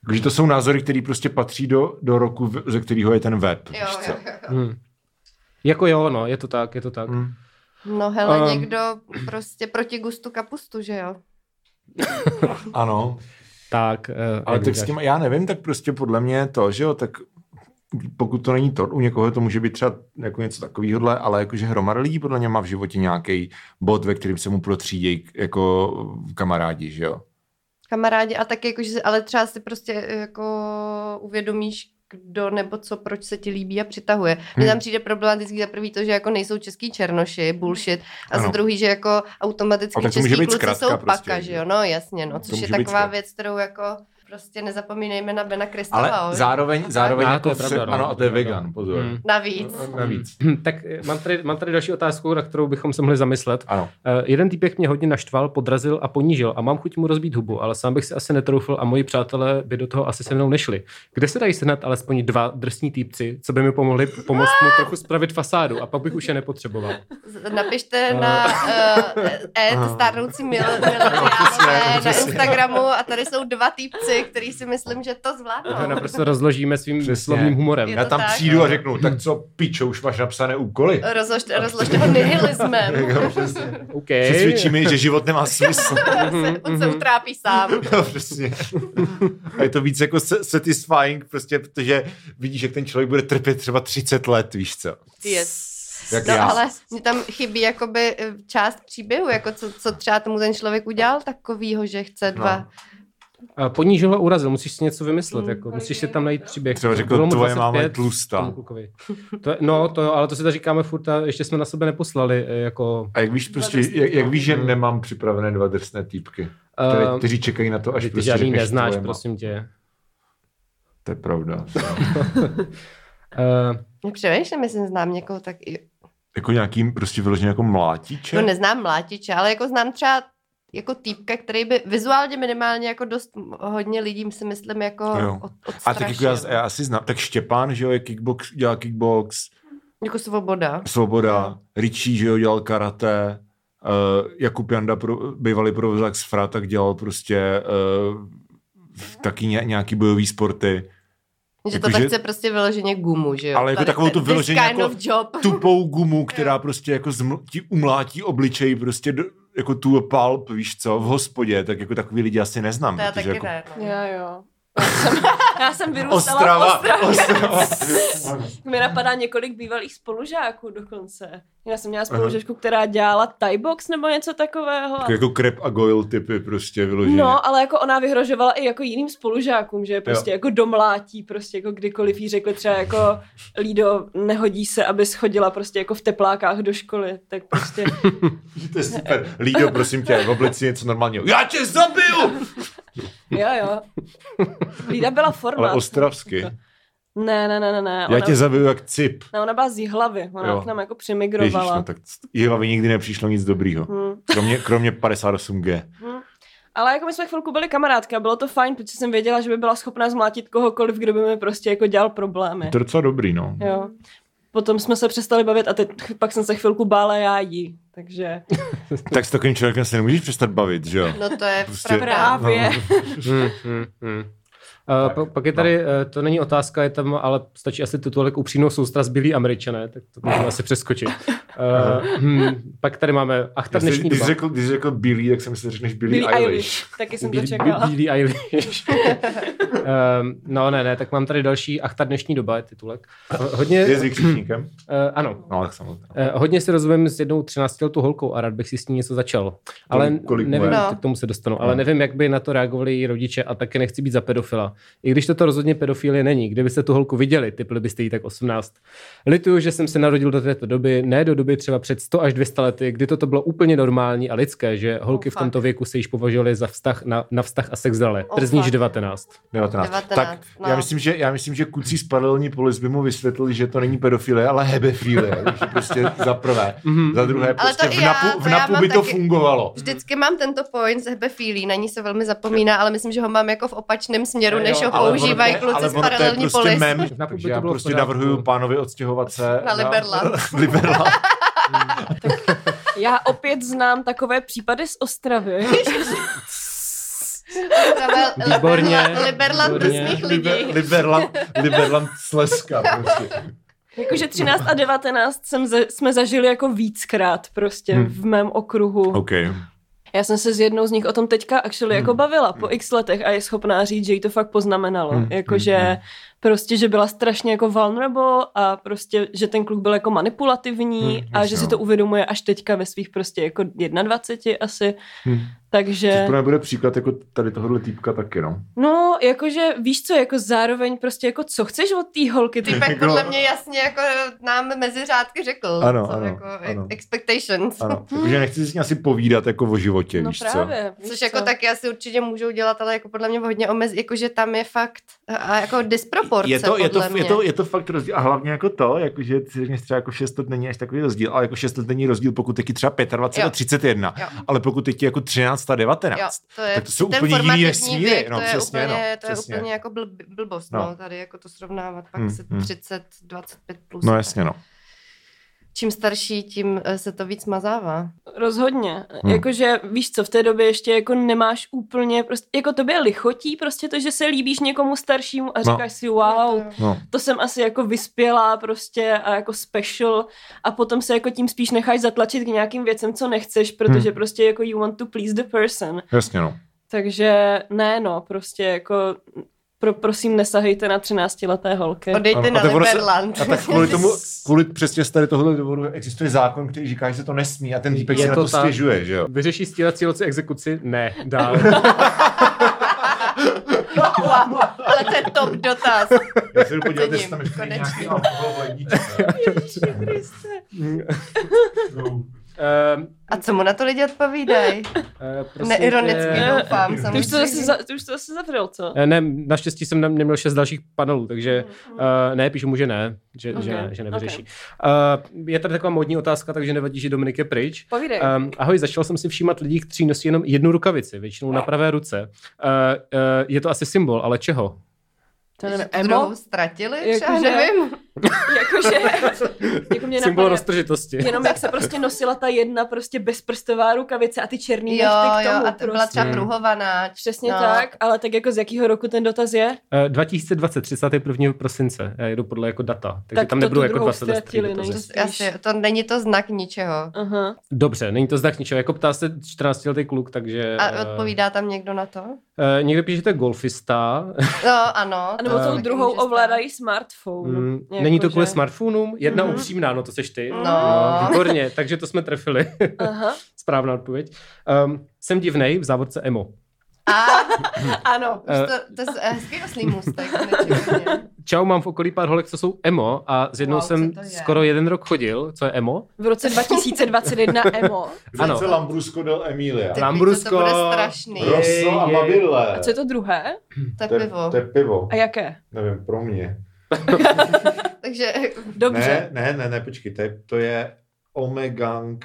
Takže to jsou názory, které prostě patří do, do roku, v- ze kterého je ten web. Jo, víš co? jo, jo. Mhm. Jako jo, no, je to tak, je to tak. Mm. No hele, Ehm. někdo prostě proti gustu kapustu, že jo? Ano, Tak, eh, ale jak tak s říkáš. tím, já nevím, tak prostě podle mě je to, že jo, tak pokud to není to, u někoho to může být třeba jako něco takového, ale jakože hromada lidí podle mě má v životě nějaký bod, ve kterým se mu protřídějí jako kamarádi, že jo. Kamarádi a taky jako, že, ale třeba si prostě jako uvědomíš, kdo nebo co, proč se ti líbí a přitahuje. Mně Hmm. tam přijde problematický za prvý to, že jako nejsou český černoši, bullshit, a za Ano. druhý, že jako automaticky Ale tak to může český být kluci zkratka jsou prostě, paka, že že jo? jo? No jasně, no, To což je může být taková zkratka. věc, kterou jako prostě nezapomínejme na Bena Kristova, Ale jo? zároveň, zároveň Ah, jako to je vše- pravda, no. ano, a to je To je pravda. vegan, pozor. Mm. Navíc. Navíc. tak eh, mám tady, mám tady další otázku, na kterou bychom se mohli zamyslet. Ano. Uh, jeden týpek mě hodně naštval, podrazil a ponížil a mám chuť mu rozbít hubu, ale sám bych si asi netroufl a moji přátelé by do toho asi se mnou nešli. Kde se dají sehnat alespoň dva drsní týpci, co by mi pomohli pomoct mu trochu spravit fasádu a pak bych už je nepotřeboval. Z- Eh. Napište na uh, et starnoucí mil- mileniálové na Instagramu a tady jsou dva týpci, který si myslím, že to To zvládnou. naprosto rozložíme svým Přesně. slovním humorem. Je Já to tam tak, přijdu no. a řeknu, tak co pičo, už máš napsané úkoly. Rozložte, rozložte ho nihilismem. OK. Přesvědčí mi, že život nemá smysl. se, on Mhm. se utrápí sám. Jo, přesně. A je to víc jako sa- satisfying, prostě, protože vidíš, jak ten člověk bude trpět třeba 30 let, víš co. Yes. Jak No já. ale mě tam chybí jakoby eh, část příběhu, jako co, co třeba tomu ten člověk udělal takovýho, že chce dva. No. A Ponížil ho urazil, musíš si něco vymyslet, Mm. jako, musíš si tam najít příběh. Třeba řekl, Bylo mu tvoje máma je 25 tlustá. tomu klukovi. To, je- no, to jo, ale to si to říkáme furt a ještě jsme na sebe neposlali, eh, jako... A jak víš, prostě, drsný jak, jak typy. víš, že nemám připravené dva drsné týpky, které, eh, kteří čekají na to, až ty, ty prostě žádný řekneš neznáš, tvoje má- prosím tě. To je pravda. Eh, Přemýšlím, jestli znám někoho tak... i- jako nějakým prostě vyloženě jako mlátiče? No neznám mlátiče, ale jako znám třeba jako týpka, který by vizuálně minimálně jako dost m- hodně lidím si myslím jako Jo. od, A tak jako odstrašil. já, já asi znám, tak Štěpán, že jo, je kickbox, dělá kickbox, Jako svoboda. Svoboda, Richie, že jo, dělal karate, uh, Jakub Janda, pro, bývalý provozák z Fra, tak dělal prostě uh, taky ně, nějaký bojový sporty. Že Jako, to tak že- chce prostě vyloženě gumu, že jo? Ale jako Tady takovou ten- tu vyloženě this kind jako of job. Tupou gumu, která prostě jako zml, ti umlátí obličej prostě do, jako tu palp, víš co, v hospodě, tak jako takový lidi asi neznám. To já taky jako, ne. No. Já jo. Já jsem, já jsem vyrůstala v Ostrava, Ostravě. Ostrava. Mi napadá několik bývalých spolužáků dokonce. Já jsem měla spolužačku, která dělala Thai box nebo něco takového. Tak jako krep a goil typy prostě vyloženě. No, ale jako ona vyhrožovala i jako jiným spolužákům, že je prostě Jo. jako domlátí, prostě jako kdykoliv jí řekli třeba jako Lído, nehodí se, aby schodila prostě jako v teplákách do školy, tak prostě To je super. Lído, prosím tě, v oblici něco normálního. Já tě zabiju! jo jo. Lída byla Ale forma. ostravsky. No, Ne, ne, ne, ne, ne. Já Ona, tě zabiju jak cip. ne, ona byla z Jihlavy, ona Jo. k nám jako Ježíš, přimigrovala. no, tak Jihlavy nikdy nepřišlo nic dobrýho. Hmm. Hm. Kromě, kromě 58G. Ale jako my jsme chvilku byli kamarádky a bylo to fajn, protože jsem věděla, že by byla schopná zmlátit kohokoliv, kdo by mi prostě jako dělal problémy. To je docela dobrý, no. Jo. Potom jsme se přestali bavit a teď pak jsem se chvilku bála já jí. Takže Tak s takovým člověkem se nemůžeš přestat bavit, že jo? No to je Prostě- pravda. právě. Hmm, hmm, hmm. Uh, Tak, no. po, pak je tady, eh, to není otázka, je tam, ale stačí asi titulek upřímnou soustra z bílí američané, tak to můžeme asi přeskočit. Uh, hmm, pak tady máme Achtar Jestli- dnešní Prostě, doba. Když jsi řekl, když jsi řekl Billy, tak jsem si řekneš Billy, Billie Eilish. Eilish. Taky jsem to Bílý- čekala. Bílý Eilish. um, no ne, ne, tak mám tady další Achtar dnešní doba je titulek. Ho- Hodně, Je s uh, vykřičníkem? ano, No, tak samozřejmě. Eh, hodně si rozumím s jednou 13 letou holkou a rád bych si s ní něco začal. Ale Kolik- kolik mu nevím, je? no. k tomu se dostanu, ale No. nevím, jak by na to reagovali její rodiče a taky nechci být za pedofila. I když toto rozhodně pedofilie není, kdybyste tu holku viděli, typli byste jí tak 18. Lituju, že jsem se narodil do této doby, ne do doby třeba před 100 až 200 lety, kdy toto bylo úplně normální a lidské, že holky Oh, v fuck. tomto věku se již považovaly za vztah na, na vztah a sex dále. Oh, Trzníž fuck. 19. 19. 19, tak no. já, myslím, že, já myslím, že kucí z paralelní polis by mu vysvětlili, že to není pedofilie, ale hebefilie. víš, prostě za prvé. Za druhé, Mhm. Ale to prostě i v já, napu, v to já napu mám by to taky- fungovalo. Vždycky mám tento point z hebefílí, na ní se velmi zapomíná, ale myslím, že ho mám jako v opačném směru, Jo, než ho Ale ono to je- používají kluci ale z ono to je paralelní prostě polis. Mem, Na takže pubu já to bylo v prostě pořádku. navrhuju pánovi odstěhovat se Na Liberland. Liberland. Já opět znám takové případy z Ostravy. Právě Výborně, Liberland- Liberland výborně. drsných lidí. Liber, Liberland, Liberland Slezka. Prostě. Jakože 13 a 19 jsem za, jsme zažili jako víckrát prostě Hmm. v mém okruhu. OK. Já jsem se s jednou z nich o tom teďka actually Hmm. jako bavila po x letech a je schopná říct, že jí to fakt poznamenalo. Hmm. Jakože Hmm. prostě, že byla strašně jako vulnerable a prostě, že ten kluk byl jako manipulativní Hmm, a jasně, že si no. to uvědomuje až teďka ve svých prostě jako 21 asi. Hmm. Takže... Což pro mě bude příklad jako tady tohohle týpka taky, no. No, jakože víš co, jako zároveň prostě jako co chceš od té holky? Ty... Týpek Jako- podle mě jasně jako nám mezi řádky řekl. Ano, co ano, jako ano. Expectations. Ano. Takže nechci si s ní asi povídat jako o životě, No víš co. právě. víš Což co? jako taky asi určitě můžou dělat, ale jako podle mě hodně omez, jakože tam je fakt a jako disproporce je to, je, to, podle mě. je, to, je to fakt rozdíl. A hlavně jako to, jako, že si řekneš třeba jako 6 let není až takový rozdíl, ale jako 6 let není rozdíl, pokud je ti třeba 25 Jo. a 31, Jo. ale pokud je ti jako 13 a 19. Jo, to je, Tak to jsou ten úplně jiný formativní vesmíry, věk, no, to je přesně, úplně, no, to je přesně. úplně jako bl, blbost, no. No. no. tady jako to srovnávat, pak Hmm, hmm, se hmm. 30, 25 plus. No jasně, no. Čím starší, tím eh, se to víc mazává. Rozhodně. Hmm. Hmm. Jakože víš co, v té době ještě jako nemáš úplně, prostě, jako tobě lichotí prostě to, že se líbíš někomu staršímu a No. říkáš si wow, no. to jsem asi jako vyspělá prostě a jako special a potom se jako tím spíš necháš zatlačit k nějakým věcem, co nechceš, protože Hmm. prostě jako you want to please the person. Jasně, no. Takže ne, no, prostě jako pro, prosím nesahejte na 13-leté holky. Odejte Ano, na a to ono se- Liberland. A tak kvůli tomu, kvůli přesně z tady tohle důvodu existuje zákon, který říká, že se to nesmí a ten týpek Je si na to to tak. stěžuje, že jo? Vyřeší stíhací loci exekuci? Ne, dál. Eh, Wow, ale to je top dotaz. Já se jdu podívat, Cením, jestli tam ještě konečně. nějaký alkohol v ledničce. Ježiši Kriste. No. Ehm, A co mu na to lidi odpovídají? eh, prosím tě- Neironicky doufám, Ty už to zase, samozřejmě. za- ty už to zase zavřel, co? Eh, Ne, naštěstí jsem nem- neměl šest dalších panelů, takže uh, ne, píšu mu, že ne, že, okay. že, ne, Mm, Ok, že nevyřeší. Uh, je tady taková módní otázka, takže nevadí, že Dominik je pryč. Povídej. Eh, Um, ahoj, začal jsem si všímat lidí, kteří nosí jenom jednu rukavici, většinou na pravé ruce. Uh, uh, je to asi symbol, ale čeho? To nevím, Druhou emo? ztratili? Jako, Třeba, že- nevím. Jakože, jako mě Symbol napadá, roztržitosti. jenom jak se prostě nosila ta jedna prostě bezprstová rukavice a ty černý Jo, nechty k jo, tomu a prostě. to byla třeba Hmm. pruhovaná. Přesně No. no. tak, ale tak jako z jakého roku ten dotaz je? Uh, 2020, 31. prosince. Já jedu podle jako data, takže Tak tam to nebudou tu jako druhou 20 let ztratili, starý dotazy. nejsou. To, asi, to není to znak ničeho. Aha. Dobře, není to znak ničeho. Jako ptá se 14-letý kluk, takže... A eh, odpovídá tam někdo na to? eh, někdo píše, že to je golfista, No, ano. A nebo Eh, to tou taky druhou může stát. ovládají smartphone. Mm, Jako není to kvůli že- smartphonům? Jedna Mhm. upřímná, no to seš ty. No. výborně, takže to jsme trefili. Aha. Správná odpověď. Um, jsem divnej, v závodce emo. A, Ano. Eh. už to, to je hezký oslý můstek, nečekaně. Čau, mám v okolí pár holek, co jsou emo a s jednou Wow, co jsem to je? skoro jeden rok chodil, co je emo. V roce 2021 emo. Ano. Zase Lambrusco del Emilia. Ty Lambrusko. Lambrusko. To bude strašný. Jo. Rosso a Jej, jej. Mabille. A co je to druhé? Tak To je- pivo. To je pivo. A jaké? Nevím, pro mě. Takže Dobře. Ne, ne, ne, ne, počkej, to je, to je Omegang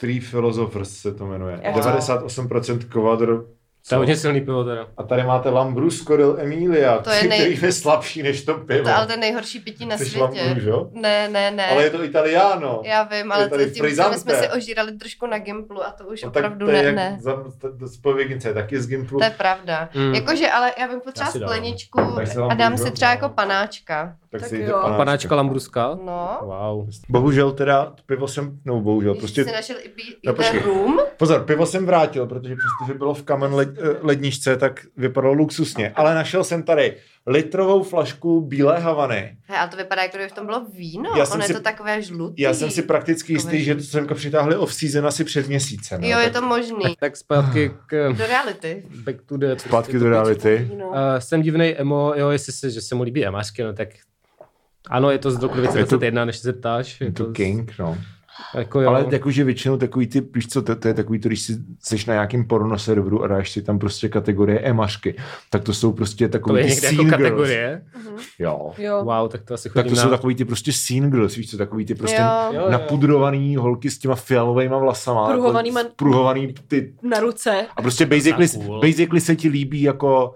Three Philosophers se to jmenuje. Wow. 98% kvadr. To je hodně silný pivo teda. A tady máte Lambrusco del Emilia, To je nej- který je slabší než to pivo. to, ale to je nejhorší pití na Chceš světě. Lambrusco? Ne, ne, ne. Ale je to Italiano. Já vím, ale je tady to s tím frizante. my jsme si ožírali trošku na Gimplu a to už No opravdu to je ne, jak ne. Za, to, to spovědnice je taky z Gimplu. To je pravda. Mm. Jakože, ale já bych Já potřeba si dám. skleničku Tak si dám a dám si Lambrusco, třeba no. jako panáčka. tak Tak si jde jo. panáčka. Panáčka Lambruska. No. Wow. Bohužel teda pivo jsem, no bohužel, Prostě... prostě Jsi našel i, bí- i No, ten počkej. room. Pozor, pivo jsem vrátil, protože přestože bylo v kamen led, eh, ledničce, tak vypadalo luxusně. Ale našel jsem tady litrovou flašku bílé Havany. He, ale to vypadá, jako kdyby v tom bylo víno. Já Já jsem ono si- je to takové žlutý. Já jsem si prakticky Takové jistý, že to semka přitáhli off-season asi před měsícem. Jo, no, je tak to možný. Tak zpátky k eh, Do reality. back to the... Zpátky do reality. No. Uh, jsem divnej emo, jo, jestli se, že se mu líbí emářky, no tak ano, je to z roku 2021, než se ptáš. Je Je to z- King, no. Jako, jo. Ale jakože většinou takový ty, víš co, to, to je takový to, když jsi, jsi na nějakým porno serveru a dáš si tam prostě kategorie emašky, tak to jsou prostě to takový je ty někde scene jako girls. kategorie. Jo. Jo. Wow, tak to asi Tak chodím to na... jsou takový ty prostě scene girls, víš co, takový ty prostě Jo. Jo, jo. napudrovaný holky s těma fialovejma vlasama. Pruhovanýma- Jako, pruhovaný ty... Na ruce. A prostě basically, Docela cool. basically se ti líbí jako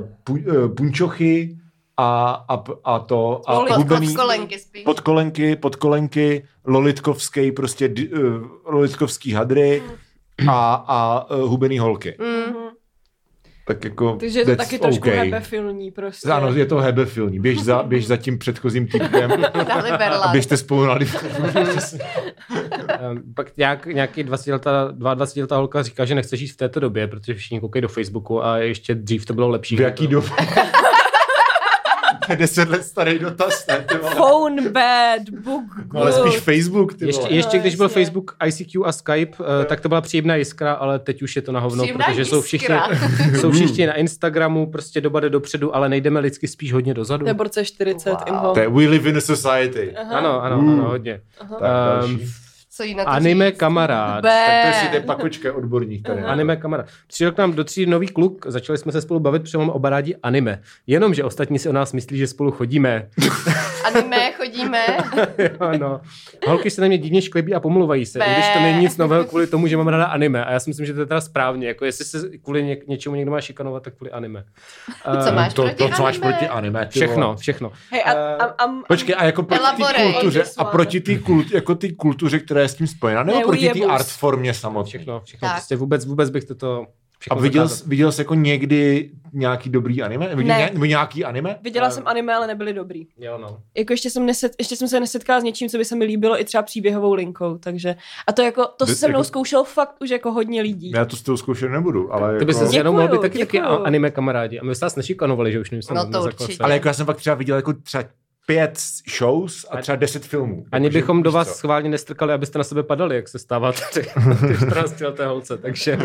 uh, pu, uh, punčochy a, a, a to... A Lolitko- hubený- Podkolenky spíš. podkolenky, podkolenky, lolitkovský prostě d, uh, lolitkovský hadry a, a uh, hubený holky. Mm. Tak jako Mhm. Takže je to that's taky trošku okay. hebefilní prostě. Ano, je to hebefilní. Běž za, běž za tím předchozím typem Na a Liberland. běžte spolu na liv- Ehm, pak nějak, nějaký 20-letá, 22-letá holka říká, že nechce žít v této době, protože všichni koukají do Facebooku a ještě dřív to bylo lepší. V jaký době? to je deset let starý dotaz, ne? Ty vole. Phone bad, book No, ale spíš Facebook, ty Ještě, vole. ještě No, když byl jasně. Facebook, ICQ a Skype, eh, tak to byla příjemná jiskra, ale teď už je to na hovno, Příjemná protože jsou všichni, jiskra. jsou Hmm. všichni na Instagramu, prostě doba jde dopředu, ale nejdeme lidsky spíš hodně dozadu. Nebo C40, wow. Wow. Imho. To je We Live in a Society. Ano, ano, Mm. ano, hodně. Tak, další. Ehm, Co jí na to anime říct? kamarád. tak to je B. si ten pakočka odborník tady. No. Anime kamera. Přišel k nám do tří nový kluk, začali jsme se spolu bavit, protože mám oba rádi anime. Jenomže ostatní si o nás myslí, že spolu chodíme. Anime chodíme. jo, no. Holky se na mě divně šklebí a pomluvají se, i když to není nic nového kvůli tomu, že mám ráda anime. A já si myslím, že to je teda správně. Jako jestli se kvůli ně, něčemu někdo má šikanovat, tak kvůli anime. Co Eh, máš To, proti to, co anime? máš proti anime, ty vole. Všechno, všechno. Hej, a, a, a, a, Eh, Počkej, a jako proti té Elaborej. kultuře, a proti té kultu, jako tý kultuře, která je s tím spojena, nebo Ne, proti té ujebus. art formě samotné? Všechno, všechno. Tak. Prostě vůbec, vůbec bych toto A všechno viděl, zakázal. jsi- viděl jsi jako někdy nějaký dobrý anime? Viděl Ne. ně- nějaký anime? Viděla jsem anime, ale nebyly dobrý. Jo, no. Jako ještě jsem, neset, ještě jsem se nesetkala s něčím, co by se mi líbilo i třeba příběhovou linkou, takže. A to jako, to Vy- se mnou jako- zkoušel fakt už jako hodně lidí. Já to s tou zkoušet nebudu, ale Ty bys jako... se jenom Děkuju, mohl být taky, taky děkuju. anime kamarádi. A my jsme nás nešikanovali, že už nejsme No na- to na základce. určitě. Ale jako já jsem pak třeba viděl jako třeba pět shows a třeba deset filmů. Ani Takže bychom víš do vás co. schválně nestrkali, abyste na sebe padali, jak se stává tady ty 14 leté holce, takže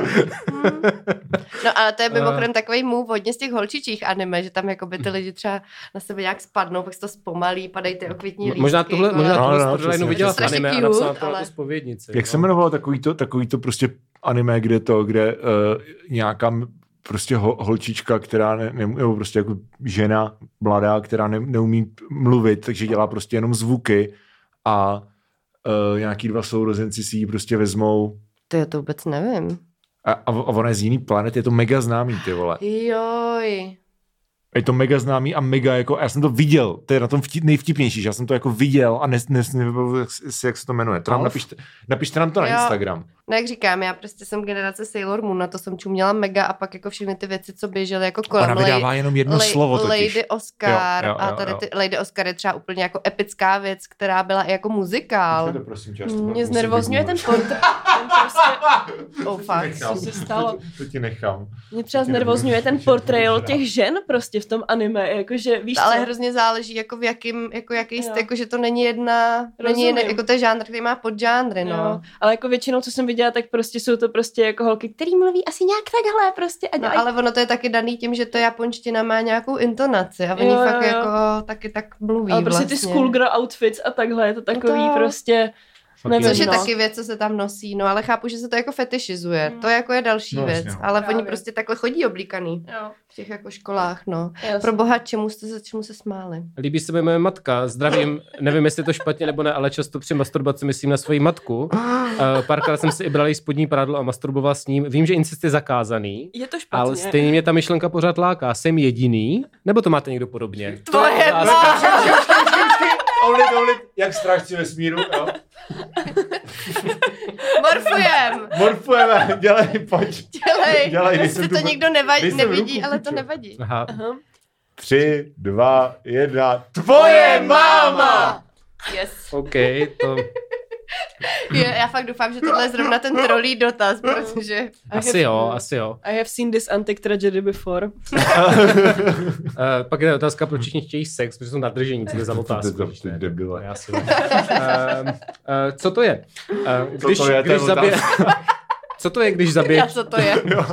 No ale Eh. to je mimochodem takový move hodně z těch holčičích anime, že tam jakoby Mhm. ty lidi třeba na sebe nějak spadnou, pak se to zpomalí, padají ty okvětní lístky. jako možná tuhle, kolem. možná No, tuhle no, no, přesně. viděla To v je strašně anime a cute, napsala to ale- jako spovědnici. Jak se jmenovalo takový to, takový to prostě anime, kde to, kde uh, nějaká m- prostě ho, holčička, která ne, ne, nebo prostě jako žena mladá, která ne, neumí p- mluvit, takže dělá prostě jenom zvuky a uh, nějaký dva sourozenci si ji prostě vezmou To já to vůbec nevím. a, a, a ona je z jiný planety, je to mega známý, ty vole. Joj. Je to mega známý a mega jako, já jsem to viděl, to je na tom vtip, nejvtipnější, že já jsem to jako viděl a nes, nes, nevybavuji, jak, se- jak se to jmenuje. To nám Alf? napište, napište nám to na Jo. Instagram. No jak říkám, já prostě jsem generace Sailor Moon, na to jsem čuměla mega a pak jako všechny ty věci, co běžely jako kolem. Ona vydává jenom jedno Lady- slovo totiž. Lady Oscar Jo, jo, a jo, tady jo. ty, Lady Oscar je třeba úplně jako epická věc, která byla i jako muzikál. Pusťte to, prosím tě, až to bude Mě muset znervozňuje ten vygooglovat. portrét. Ten prostě, Oh fuck. co se stalo? To ti nechám. Mě třeba znervozňuje ten portrayal těch žen prostě v tom anime, jakože víš Ale co? hrozně záleží, jako v jakým, jako jaký Jo. jste, jako že to není jedna, není Rozumím. jedna, jako to je žánr, který má podžánry, no. Jo, ale jako většinou, co jsem viděla, tak prostě jsou to prostě jako holky, který mluví asi nějak takhle prostě a No, dělají. ale ono to je taky daný tím, že to japonština má nějakou intonaci a oni Jo, jo, fakt jo. jako taky tak mluví ale prostě vlastně. ty schoolgirl outfits a takhle, je to takový No to- prostě, nevím, Což je no. taky věc, co se tam nosí, no ale chápu, že se to jako fetišizuje, Mm. to jako je další No, věc, jasně, no. ale Právě. oni prostě takhle chodí oblíkaný Jo, v těch jako školách, no. jasně. Pro boha, čemu jste se, čemu se smáli? Líbí se mi moje matka, zdravím, nevím, jestli je to špatně nebo ne, ale často při masturbaci myslím na svoji matku. Eh, Párkrát jsem si i brala její spodní prádlo a masturbovala s ním. Vím, že incest je zakázaný, je to špatně. ale stejně mě ta myšlenka pořád láká. Jsem jediný? Nebo to máte někdo podobně? Tvoje otázka. Oulit, oulit, jak strážci vesmíru, jo? Morfujem! Morfujeme, dělej, pojď. Dělej! Dělej, nejsem Jestli to tu- nikdo neva- nejsem nevidí, ruku ale to půjčil. nevadí. Aha, Aha. Tři, dva, jedna. Tvoje máma! Yes. OK, to Je, já fakt doufám, že tohle je zrovna ten trolý dotaz, protože... I asi have- jo, asi jo. I have seen this antic tragedy before. Uh, pak je tady otázka, proč všichni chtějí sex, protože jsou nadržení, co to je za otázku. Hm. to- když ty ne? debile. Já si uh, uh, co to je? Uh, Co když, to je, to je když zabije... co to je, když zabije A co to je? Jo.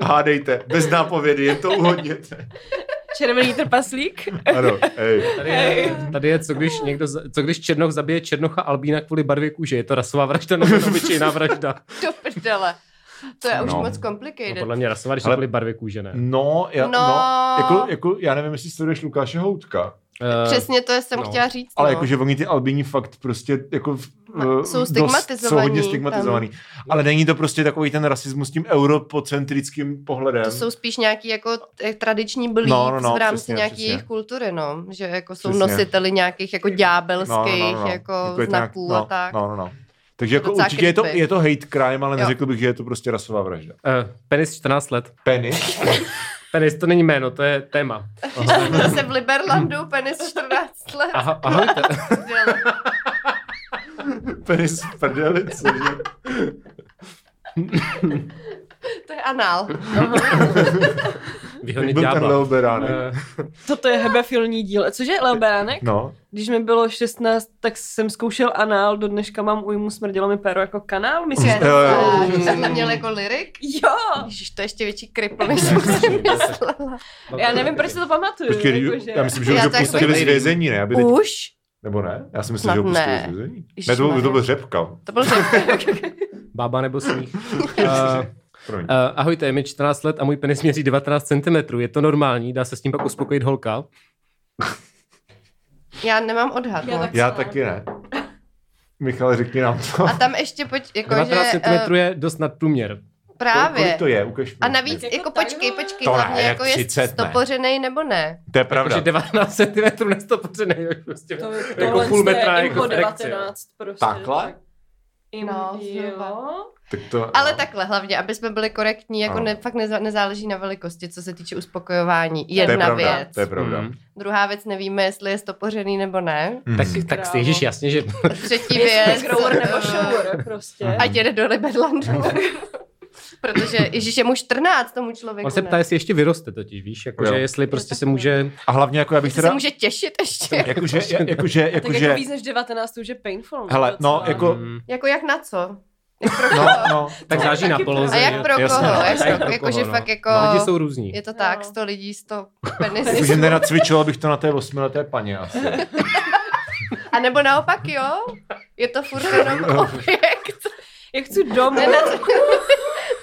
Hádejte, bez nápovědy, jen to uhodněte. Červený trpaslík? Ano, ej. Tady je, tady je, co když, někdo, za- co když Černoch zabije Černocha Albína kvůli barvě kůže. Je to rasová vražda nebo je to obyčejná vražda? Do prdele. To je už No. moc No, complicated. podle mě rasová, když to Ale- kvůli barvě kůže, ne? No, já, no. No. no jako, jako, já nevím, jestli sleduješ Lukáše Houtka, Eh, Přesně to jsem no. chtěla říct. ale no. jakože oni ty albíni fakt prostě jako v- No, eh, jsou dost- jsou stigmatizovaní hodně tam. stigmatizovaný. Tam. Ale není to prostě takový ten rasismus s tím europocentrickým pohledem. To jsou spíš nějaký jako t- tradiční beliefs No, no, no, v rámci přesně, nějaké přesně. jejich kultury, no. Že jako jsou Přesně. No, nositeli nějakých jako ďábelských jako, je to nějak- znaků no, a tak. No, no, no. Takže jako docela určitě je to, creepy. je to hate crime, ale Jo. neřekl bych, že je to prostě rasová vražda. eh, penis 14 let. Penis? Penis, to není jméno, to je téma. Zase v Liberlandu penis 14 let. Aha, ahojte. Prdele. Penis v prdeli, cože? to je anál. Jak Vyhodně byl ten ďábla. Leoberánek? Eh, Toto je hebefilní díl. Cože, Leo Beránek? No, Když mi bylo 16, tak jsem zkoušel anál, do dneška mám újmu, smrdilo mi pero jako kanál, myslím. Jo, jo, jo. Ty jsi to měl jako lyrik? Jo, Ježiš, to je ještě větší kripl, než jsem si myslela. já nevím, proč si to pamatuju. počkej, jakože. já myslím, že Já už ho to jako pustili z nevím. vězení, ne? Aby teď, Už? nebo ne? Já si myslím, Snad že ho pustili ne. z vězení. Ne, to byl, Ježišmarja. to byl řepka. To byl Bába nebo smích. Eh, Promiň. Eh, ahojte, je mi 14 let a můj penis měří 19 cm. Je to normální, dá se s tím pak uspokojit holka. Jako, Já nemám odhad. Já no. taky. Já co? taky ne. Michal, řekni nám to. A tam ještě, pojď, jako, 19 že, eh, cm je dost nadprůměr. právě. Kolik to je? Ukaž mi. A navíc, Jako jako, jako tak, počkej, no. počkej, To ne, hlavně, jak jako je 30 ne. stopořenej nebo ne. To je pravda. Protože 19 cm nestopořený. jako Prostě. To, jako tohle půl je metra Imho jako v erekci, jo. 19 prostě. Takhle? tak. Im, No, jo. Tak to, Ale no. takhle hlavně, aby jsme byli korektní, jako Ano. ne, fakt neza, nezáleží na velikosti, co se týče uspokojování. to je Jedna pravda, věc. To je pravda. Mm. Druhá věc, nevíme, jestli je stopořený nebo ne. Mm. Tak, tak si, Krávo. ježiš, jasně, že Třetí Jestli věc, grower nebo eh, shower prostě. Ať jede do Liberlandu. Protože Ježíš je mu 14 tomu člověku. On se ne? ptá, jestli ještě vyroste totiž, víš, Jo. jakože jestli prostě se může... A hlavně jako já bych Jestli se teda... může jako těšit ještě. Jakože, jakože, Tak jako jakože, víc než 19, to už je painful. hele, no, docela. jako, Mm. Jako jak na co? no, no, Tak no. záží na taky poloze. A jak jo. pro jasně. koho? Tak Jako, jak pro jakože koho, no. fakt jako... No, lidi jsou různí. Je to tak, No. 100 lidí, 100 Jakože penisů. nenacvičoval bych to na té osmileté paně asi. A nebo naopak jo? Je to furt No. jenom objekt. Já chci dom. Nenac-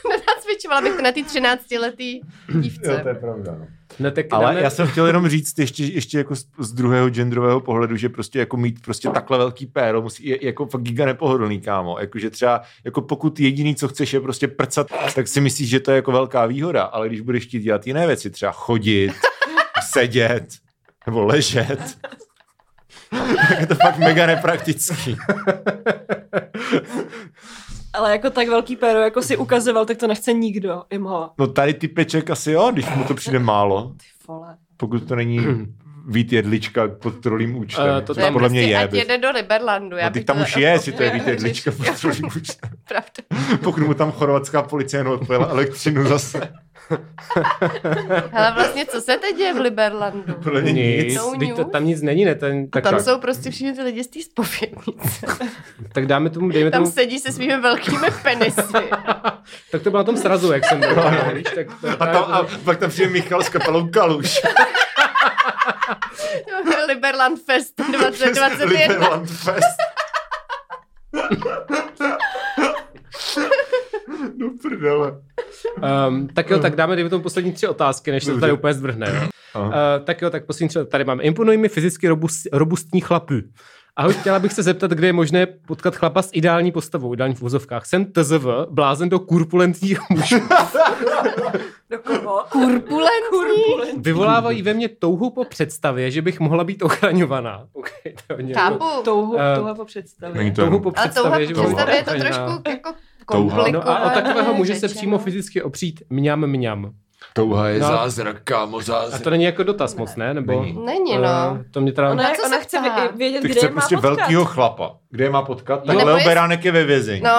Nenacvičovala bych to na té 13 letý dívce. je pravda. No. No, tak Ale dáme- já jsem chtěl jenom říct ještě, ještě jako z, z druhého genderového pohledu, že prostě jako mít prostě takhle velký péro musí, je jako fakt giga nepohodlný, kámo. Jakože třeba, jako pokud jediný, co chceš, je prostě prcat, tak si myslíš, že to je jako velká výhoda, ale když budeš chtít dělat jiné věci, třeba chodit, sedět, nebo ležet, tak je to fakt mega nepraktický. Ale jako tak velký péro, jako si ukazoval, tak to nechce nikdo. Im ho. No tady ty peček asi jo, když mu to přijde málo, Ty vole. pokud to není Vít Jedlička pod trolím účtem. Eh, to což To je tam podle mě prostě, je. ať by- jede do Liberlandu. já No, teď bych tam to- už je, jestli to je Vít Já- Jedlička pod trolím účtem. Pravda. Pokud mu tam chorvatská policie jenom odpojila elektřinu zase. Ale vlastně, co se teď děje v Liberlandu? Podle mě nic. Nic, No Vždyť to, news. tam nic není, ne? Ten, tak, Tam tak, jsou prostě všichni ty lidi z té spovědnice. tak dáme tomu, dejme Tam tomu, sedí se svými velkými penisy. tak to bylo na tom srazu, jak jsem byl, víš, tak to, A, tam, a pak tam přijde Michal s kapelou Kaluš. Liberland Fest 2021. Liberland Fest. No prdele. um, tak jo, tak dáme, dejme tomu poslední tři otázky, než se to Ehm. Dobře. tady úplně zvrhne, jo. Uh, Aha. tak jo, tak poslední tři, tady máme. Imponují mi fyzicky robust, robustní chlapy. Ahoj, chtěla bych se zeptat, kde je možné potkat chlapa s ideální postavou, ideální v vozovkách. Jsem TZV, blázen do kurpulentního muže. Do koho? Kurpulentní. Vyvolávají ve mně touhu po představě, že bych mohla být ochraňovaná. Okay, Jako to je Chápu. Touhu, Eh, touha po představě. Není to Touhu jenom. po Ale touha představě, že bych mohla představě je být to ochraňovaná. trošku jako Touha. No a o komplikované takového muže se řečeno. přímo fyzicky opřít mňam mňam. Touha je No. zázrak, kámo, A zázrak. to není jako dotaz moc, ne? Nebo, Není. Není, no. Eh, to mě teda... Ona, Na je- co ona se chce ptá? vě- vědět, Ty kde chce je má prostě potkat. velkýho chlapa. Kde je má potkat? Tak Jo. Leo Nebo Beránek je ve vězení. No,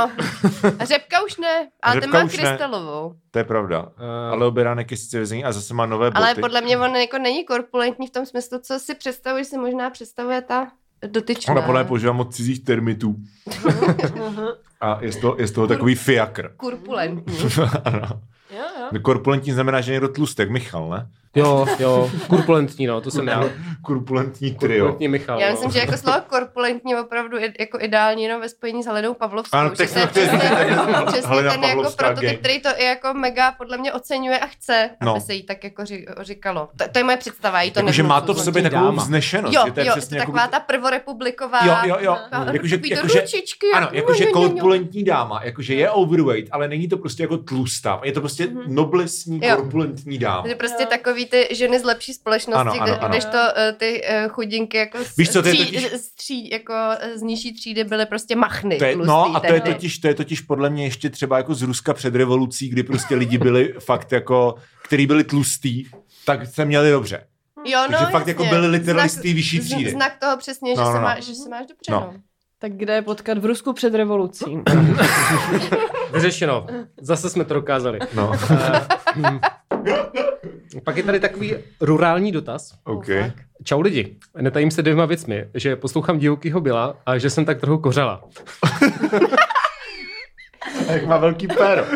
a řepka už ne, ale Řepka ten má už ne. krystalovou. To je pravda. A eh, Leo Beránek je sice ve vězení a zase má nové boty. Ale podle mě on jako není korpulentní v tom smyslu, co si představuje, si možná představuje ta dotyčná. Ona podle mě používá moc cizích termitů. Aha. A je z toho, je z toho takový fiakr. Kurpulentní. ano. Jo, jo. Korpulentní znamená, že je někdo tlustek, Michal, ne? Jo, jo, kurpulentní, no, to jsem já. Korpulentní trio. Kurpulentní Michal. Já no. myslím, že jako slovo korpulentní je opravdu i- jako ideální jenom ve spojení s Helenou Pavlovskou. Ano, že tak se- jsem chtěl že se- říct, přesně Helena ten jako Pavlovská prototyp, gang. který to i jako mega podle mě oceňuje a chce, No. aby se jí tak jako ří- říkalo. To, to je moje představa, jí to Jakože jako, má to v nezmocuju. sobě Kurpulentní takovou dáma. vznešenost. Jo, že to je jo, přesně to jako- taková ta prvorepubliková. Jo, jo, jo. Jako, ta- Jakože, takový ty jakože, ručičky. ano, jak- jakože jo, jo, jo, jo. korpulentní dáma, jakože je overweight, ale není to prostě jako tlustá. Je to prostě noblesní, Mhm. Jo. korpulentní dáma. Takže prostě Jo. takový ty ženy z lepší společnosti, Ano, ano, kde, ano. kdežto eh, ty eh, chudinky jako z, Víš co, to je tří, totiž- z, tří, jako eh, z nižší třídy byly prostě machny. To je, tlustý, no a to je, takže- totiž, to je totiž podle mě ještě třeba jako z Ruska před revolucí, kdy prostě lidi byli fakt jako, který byli tlustý, tak se měli dobře. Jo, no, Takže fakt jako jasně. byli literally Znak- z té vyšší Zn- třídy. Znak toho přesně, že, No, no, no, se, no. má, že se máš dobře. No. No. No. Tak kde je potkat v Rusku před revolucí? Vyřešeno. Zase jsme to dokázali. Eh, hm. No, Jako Pak je tady takový rurální dotaz. ok. Čau lidi, netajím se dvěma věcmi, že poslouchám divokýho byla a že jsem tak trochu kořela. A jak má velký péro.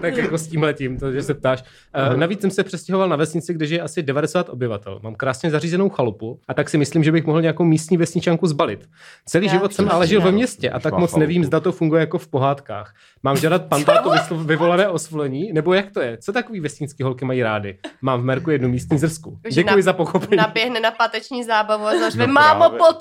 Tak jako s tím letím, to, že se ptáš. Eh, Navíc jsem se přestěhoval na vesnici, kde žije asi 90 obyvatel. Mám krásně zařízenou chalupu a tak si myslím, že bych mohl nějakou místní vesničanku zbalit. Celý Já život už jsem to ale žil ve znám. městě a Už tak má moc chalupu. nevím, zda to funguje jako v pohádkách. Mám žádat pantátu vyslo- vyvolané osvolení, nebo jak to je? Co takový vesnický holky mají rády? Mám v Merku jednu místní zrsku. Už Děkuji na- za pochopení. Naběhne na páteční zábavu a zařve, No no mámo, právě. pojď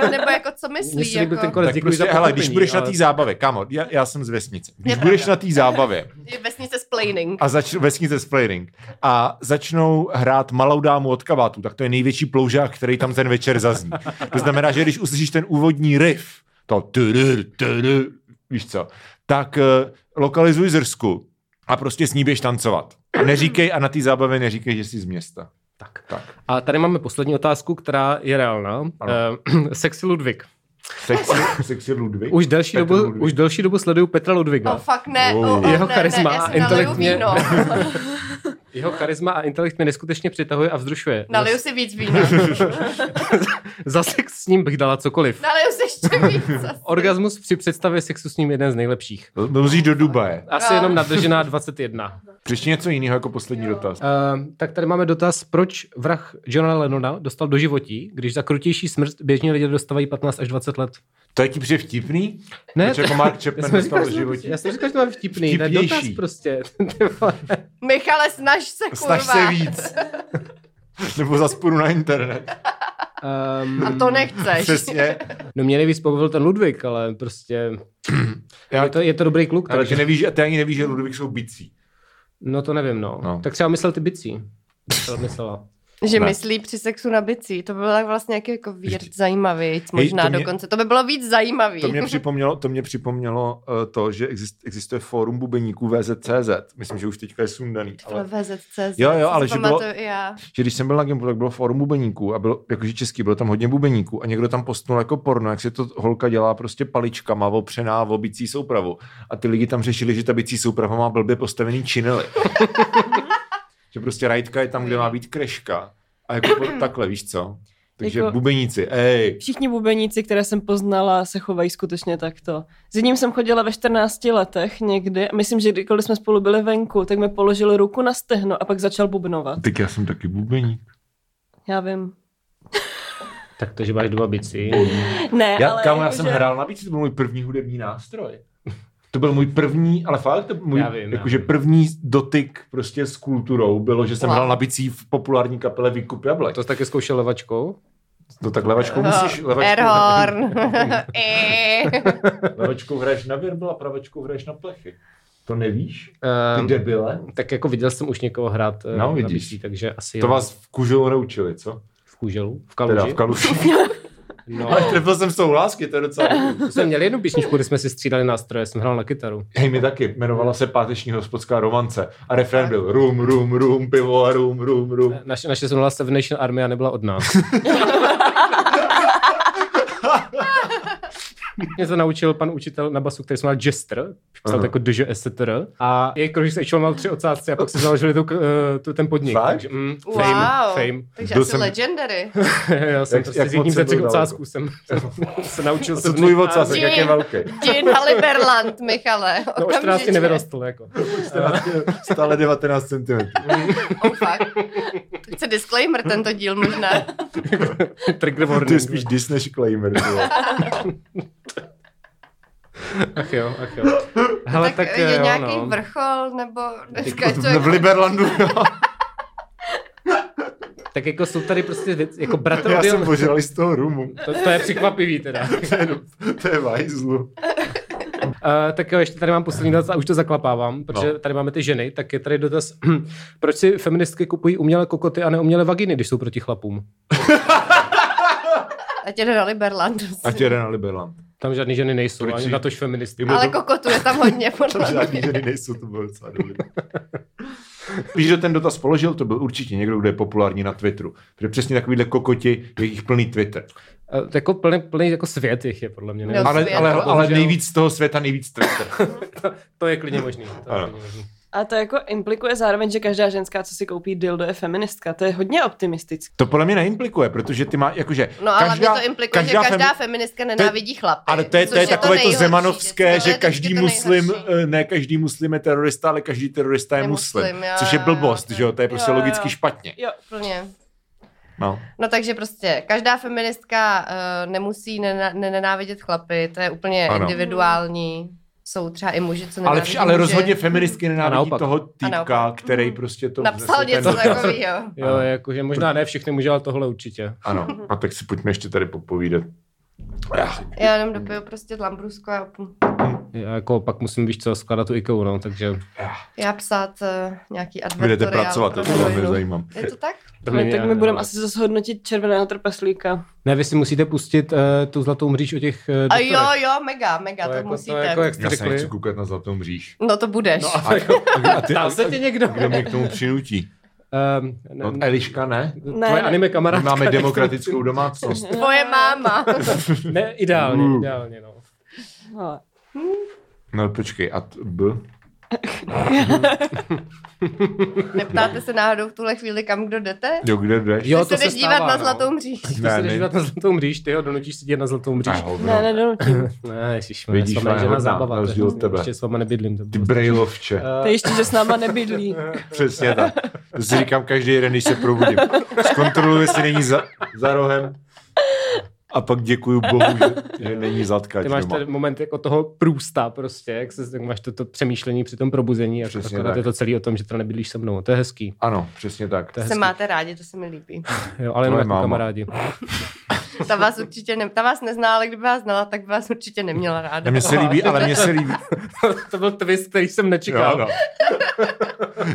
sem! Nebo jako, co Mně myslí? se líbil Jako, ten konec, Tak děkuji prostě, za hele, pochopení. když budeš na ale- té zábavě, kámo, já, já jsem z vesnice. Když Je budeš na té zábavě je vesnice splaining. a zač, vesnice Splaining a začnou hrát malou dámu od kabátu, tak to je největší ploužák, který tam ten večer zazní. To znamená, že když uslyšíš ten úvodní riff, to tudu, tudu, víš co, tak eh, lokalizuj zrsku a prostě s ní běž tancovat. A neříkej a na té zábavě neříkej, že jsi z města. Tak. Tak. A tady máme poslední otázku, která je reálná. Ano. Eh, Sexy Ludvík. Sexy, sexy Ludvík. Už delší, Petr dobu, Ludvík. už delší dobu sleduju Petra Ludviga. Oh, fakt ne. Wow. Oh, oh, Jeho ne, charisma ne, já a si naliju intelektně- víno. Jeho charisma a intelekt mě neskutečně přitahuje a vzrušuje. Naliju si víc vína. Za sex s ním bych dala cokoliv. Naliju si ještě víc. zase. Orgasmus při představě sexu s ním je jeden z nejlepších. To- to musíš do Dubaje. Asi Jo. jenom nadržená 21. Přečti něco jiného jako poslední dotaz. Uh, tak tady máme dotaz, proč vrah Johna Lennona dostal do životí, když za krutější smrt běžní lidé dostávají 15 až 20 let? To je ti přijde vtipný? Ne, Proč to- jako Mark Já Chapman jsem, říkal, dostal v že, životě? já jsem říkal, že to mám vtipný. To je Vtipnější. dotaz prostě. Ty vole. Michale, snaž se, kurva. Snaž se víc. Nebo za sporu na internet. um, A to nechceš. Přesně. no mě nejvíc pobavil ten Ludvík, ale prostě Já, je to, je to dobrý kluk. ale ty, Takže, nevíš, ty ani nevíš, že Ludvík jsou bicí. no to nevím, no. No. no. Tak třeba myslel ty bicí. To myslela. Že Ne. ne. myslí při sexu na bicí. To by bylo tak vlastně nějaký jako weird zajímavý, možná to to mě- dokonce. To by bylo víc zajímavý. To mě připomnělo, to, mě připomnělo eh, to, že exist, existuje fórum bubeníků VZCZ. Myslím, že už teďka je sundaný. ale... Ale, VZCZ, Jo, jo, to ale si že bylo- pamatuju i já. že když jsem byl na Gimplu, tak bylo fórum bubeníků a bylo, jakože český, bylo tam hodně bubeníků a někdo tam postnul jako porno, jak se to holka dělá prostě paličkama, opřená v bicí soupravu. A ty lidi tam řešili, že ta bicí souprava má blbě postavený činely. že prostě rajtka je tam, kde má být kreška. A jako po, takhle, víš co? Takže Jako- bubeníci, ej. Všichni bubeníci, které jsem poznala, se chovají skutečně takto. S jedním jsem chodila ve 14 letech někdy. a Myslím, že kdykoliv jsme spolu byli venku, tak mi položil ruku na stehno a pak začal bubnovat. Tak já jsem taky bubeník. Já vím. Tak to, že máš dva bicí. Ne, Já, ale jako kámo, já jakože- jsem hrál na bicí, to byl můj první hudební nástroj. To byl můj první, ale fakt, to byl můj, Já vím, já jakože vím. první dotyk prostě s kulturou bylo, že jsem Wow. hrál na bicí v populární kapele Výkup Jablek. To To, jsi taky zkoušel levačkou? no tak levačkou musíš, Oh, levačkou, Erhorn. Eh, I. levačkou hraješ na virbel a pravačkou hraješ na plechy. To nevíš? Ty Ehm, debile. tak jako viděl jsem už někoho hrát eh, No, na vidíš. bicí, takže asi To jo. vás v kuželu neučili, co? v kůželu, v Teda kaluži. v kaluši. No. Ale trefil jsem s tou lásky, to je docela dobrý. jsme měli jednu písničku, kdy jsme si střídali nástroje, jsem hrál na kytaru. Hej, mi taky. Jmenovala se Páteční hospodská romance. A refrén byl rum, rum, rum, pivo a rum, rum, rum. Naše, naše se jmenovala Seven Nation Army a nebyla od nás. Mě to naučil pan učitel na basu, který se jmenoval Jester, psal Aha. to jako DJ Eseter. A je jako, že se mal tři odsázce a pak se založili tu, eh, tu, ten podnik. Fakt? Takže, mm, Wow. fame, fame. Takže Byl asi jsem- legendary. Já jsem Jak- jak, prostě jak jak s jedním moc ze jsem třech byl ocásků jsem se naučil. Co Seven tvůj Nation vocásek, Army. jak je velký? Jdi na Liberland, Michale. No, o 14 okamžitě. nevyrostl, jako. Stále 19 cm. Oh, fakt. Chce disclaimer tento díl možná. Trigger To je warning. spíš dis než claimer. ty vole. Ach jo, ach jo. Hele, tak, tak, eh, je jo, nějaký no. vrchol, nebo dneska Jako je to- to jako- V Liberlandu, jo. Tak jako jsou tady prostě věci, jako bratr Já odjel, jsem požral i z toho rumu. to, to, je překvapivý teda. To je, to je vajzlu. Uh, tak jo, ještě tady mám poslední dotaz a už to zaklapávám, protože No. no. tady máme ty ženy, tak je tady dotaz, proč si feministky kupují umělé kokoty a neumělé vaginy, když jsou proti chlapům? Ať jede na Liberland. Ať jede na Liberland. Tam žádný ženy nejsou, Proč ani si- na tož feministky. Ale kokotu je tam hodně, Tam podle mě. žádný ženy nejsou, to bylo docela dobrý. Víš, kdo ten dotaz položil, to byl určitě někdo, kdo je populární na Twitteru. Protože přesně takovýhle kokoti, je jich plný Twitter. Uh, jako plný, plný jako svět jich je, podle mě. Ne? No. Ale, Svět, ale, ale bohužel. nejvíc z toho světa, nejvíc Twitter. To je klidně možný. To je Ano. klidně možný. A to jako implikuje zároveň, že každá ženská, co si koupí dildo, je feministka. To je hodně optimistické. To podle mě neimplikuje, protože ty má, jakože... No ale každá, to implikuje, každá že každá femi- fem... feministka nenávidí chlapy. Ale to je, to což je takové to nejhorší, zemanovské, vždycky, že to je každý vždycky to muslim, nejhorší. eh, ne každý muslim je terorista, ale každý terorista je Je muslim. muslim, jo, Což je jo, blbost, jo. že jo? To je prostě Jo, jo, logicky jo. špatně. Jo, Úplně. No. No takže prostě každá feministka uh, nemusí nena- ne- nenávidět chlapy, to je úplně Ano. ano. individuální. Jsou třeba i muži, co Ale, nenávidí vš- ale muže. rozhodně feministky nenávidí naopak. toho naopak. Mhm. týpka, který prostě to... Napsal vznesl něco ten- takového. Jo, jakože možná ne všechny může, ale tohle určitě. Ano, a tak si pojďme ještě tady popovídat. Ach, Já jenom dopiju prostě lambrusku a Já jako pak musím, víš co, skládat tu IKEA, no, takže já psát uh, nějaký Vy jdete advertoriál. pracovat, to pro se velmi novinu. zajímám. Je to tak? to my, mě- tak my budeme asi zase hodnotit červeného trpaslíka. no. Ne, vy si musíte pustit uh, tu zlatou mříž o těch uh, A jo, jo, mega, mega, to, jako, musíte. To jako, jak jste Já se nechci řekli. koukat na zlatou mříž. No to budeš. No, A, a, a, ty, a, Ptal se tě někdo? kdo mě k tomu přinutí? Um, No, Eliška ne. Ne, tvoje ne. anime My kamarádka. máme tak to- demokratickou domácnost. Tvoje máma. Ne, ideálně, Mm. ideálně, no. Hele. No počkej, a t- B? Neptáte se náhodou v tuhle chvíli, kam kdo jdete? Jo, kde jdeš? Jo, Že se jdeš dívat na Zlatou mříž. Ty Ne, se ne. jdeš dívat na zlatou mříž, ty ho donutíš sedět na zlatou mříž. A hovno. Ne, nedonutím. Ne, ježiš, Vidíš, Vidíš, ona to je žena hodná, zábava. na to je rozdíl od hrozný. tebe. Ještě s váma nebydlím. To Ty bylo brejlovče. Eh. To ještě, že s náma nebydlí. Přesně tak. To si říkám každý den, když se probudím. Zkontroluji, jestli není za, za rohem. A pak děkuji Bohu, že, že není zatkač ty máš doma. ten moment jako toho průsta prostě, jak, se, jak máš toto přemýšlení při tom probuzení a Přesně akorát tak. je to celý o tom, že to nebydlíš se mnou. no, To je hezký. Ano, přesně tak. To je Se hezký. máte rádi, to se mi líbí. Jo, ale jenom Tvoje jako máma. kamarádi. Ta vás určitě ne... ta vás nezná, ale kdyby vás znala, tak by vás určitě neměla ráda. A mně se líbí, ale mně se líbí. to byl twist, který jsem nečekal. no.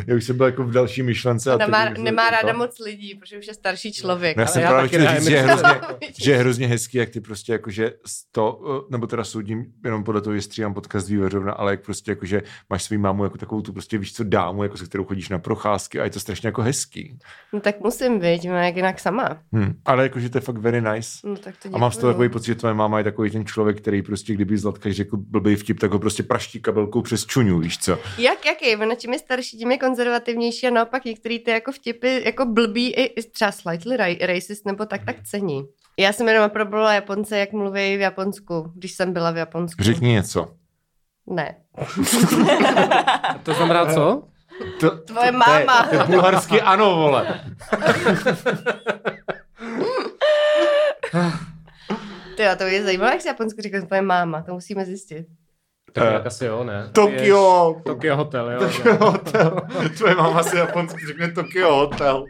Já už jsem byl jako v další myšlence. A Ona teď má, už je- nemá to- ráda moc lidí, protože už je starší člověk. No, já Ale jsem já právě taky chtěl ne, říct, my že je jsme- hrozně, že je hrozně hezký, jak ty prostě jakože z to, eh, nebo teda soudím jenom podle toho, že stříhám podcast výveřovna, ale jak prostě jakože máš svou mámu jako takovou tu prostě víš co dámu, jako se kterou chodíš na procházky a je to strašně jako hezký. No tak musím, viď, no, jak jinak sama. Hmm. Ale jakože to je fakt very nice. No tak to A mám z toho děkuju. takový pocit, že tvoje máma je takový ten člověk, který prostě, kdyby Zlatka řekl blbý vtip, tak ho prostě praští kabelkou přes čuňu, víš co? Jak, jaký? Ona čím je starší, tím je konzervativnější a naopak některý ty jako vtipy, jako blbý, i, i třeba slightly ra- racist nebo tak, Mhm. tak cení. Já jsem jenom problela Japonce, jak mluví v Japonsku, když jsem byla v Japonsku. Řekni něco. Ne. To znamená co? Eh, To, Tvoje to je- máma. To je bulharsky ano, vole. Ty, a to je zajímavé, jak se Japonsku říká tvoje máma, to musíme zjistit. To Eh, nějak asi jo, ne? Tokio. Je- Tokio Hotel, jo. Tokio Hotel. Tvoje máma si japonsky řekne Tokio Hotel.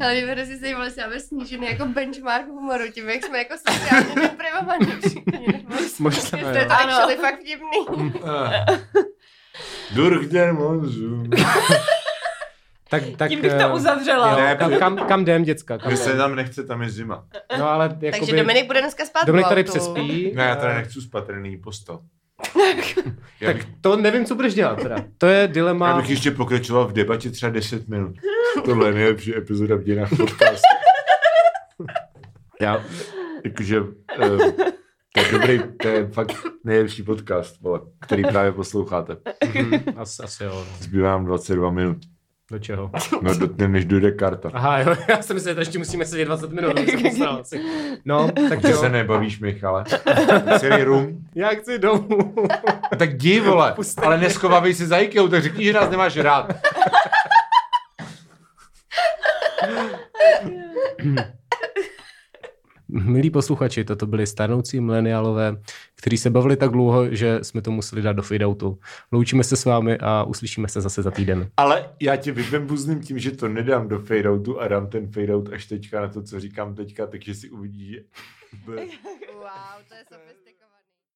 Ale my hrozně zajímalo, že máme snížený jako benchmark humoru, tím, jak jsme jako sociálně deprivovaní všichni. Možná, To je jo. to actually fakt vtipný. Durch den Monzu. Tak, tak, Tím bych eh, to uzavřela. Jo, Ne, kam, protože- kam, kam jdem, děcka? Kam Mně se jdem? tam nechce, tam je zima. No ale jakoby... Takže Dominik bude dneska spát Dominik v tady autu. přespí. Ne, já eh, tady nechci spat, tady není postel. Já Tak bych, to nevím, co budeš dělat teda. To je já dilema. bych ještě pokračoval v debatě třeba 10 minut. Tohle je nejlepší epizoda v dějinách podcastu. Já, jakože, eh, to je dobrý, to je fakt nejlepší podcast, vole, který právě posloucháte. Mhm, Asi, asi jo. no. Zbývá nám 22 minut. Do čeho? No, do, než dojde karta. Aha, jo, já jsem myslel, že ještě musíme sedět 20 minut, abych se poznal asi. No, tak Že jo. se nebavíš, Michale. Celý rum. Já chci domů. Tak jdi, vole. Ale neschovávej se za IKEA, tak řekni, že nás nemáš rád. Milí posluchači, toto byli starnoucí mileniálové, kteří se bavili tak dlouho, že jsme to museli dát do fade-outu. Loučíme se s vámi a uslyšíme se zase za týden. Ale já tě vybembuzním tím, že to nedám do fade-outu a dám ten fade-out až teďka na to, co říkám teďka, takže si uvidí, že... Wow, to je sofistikované.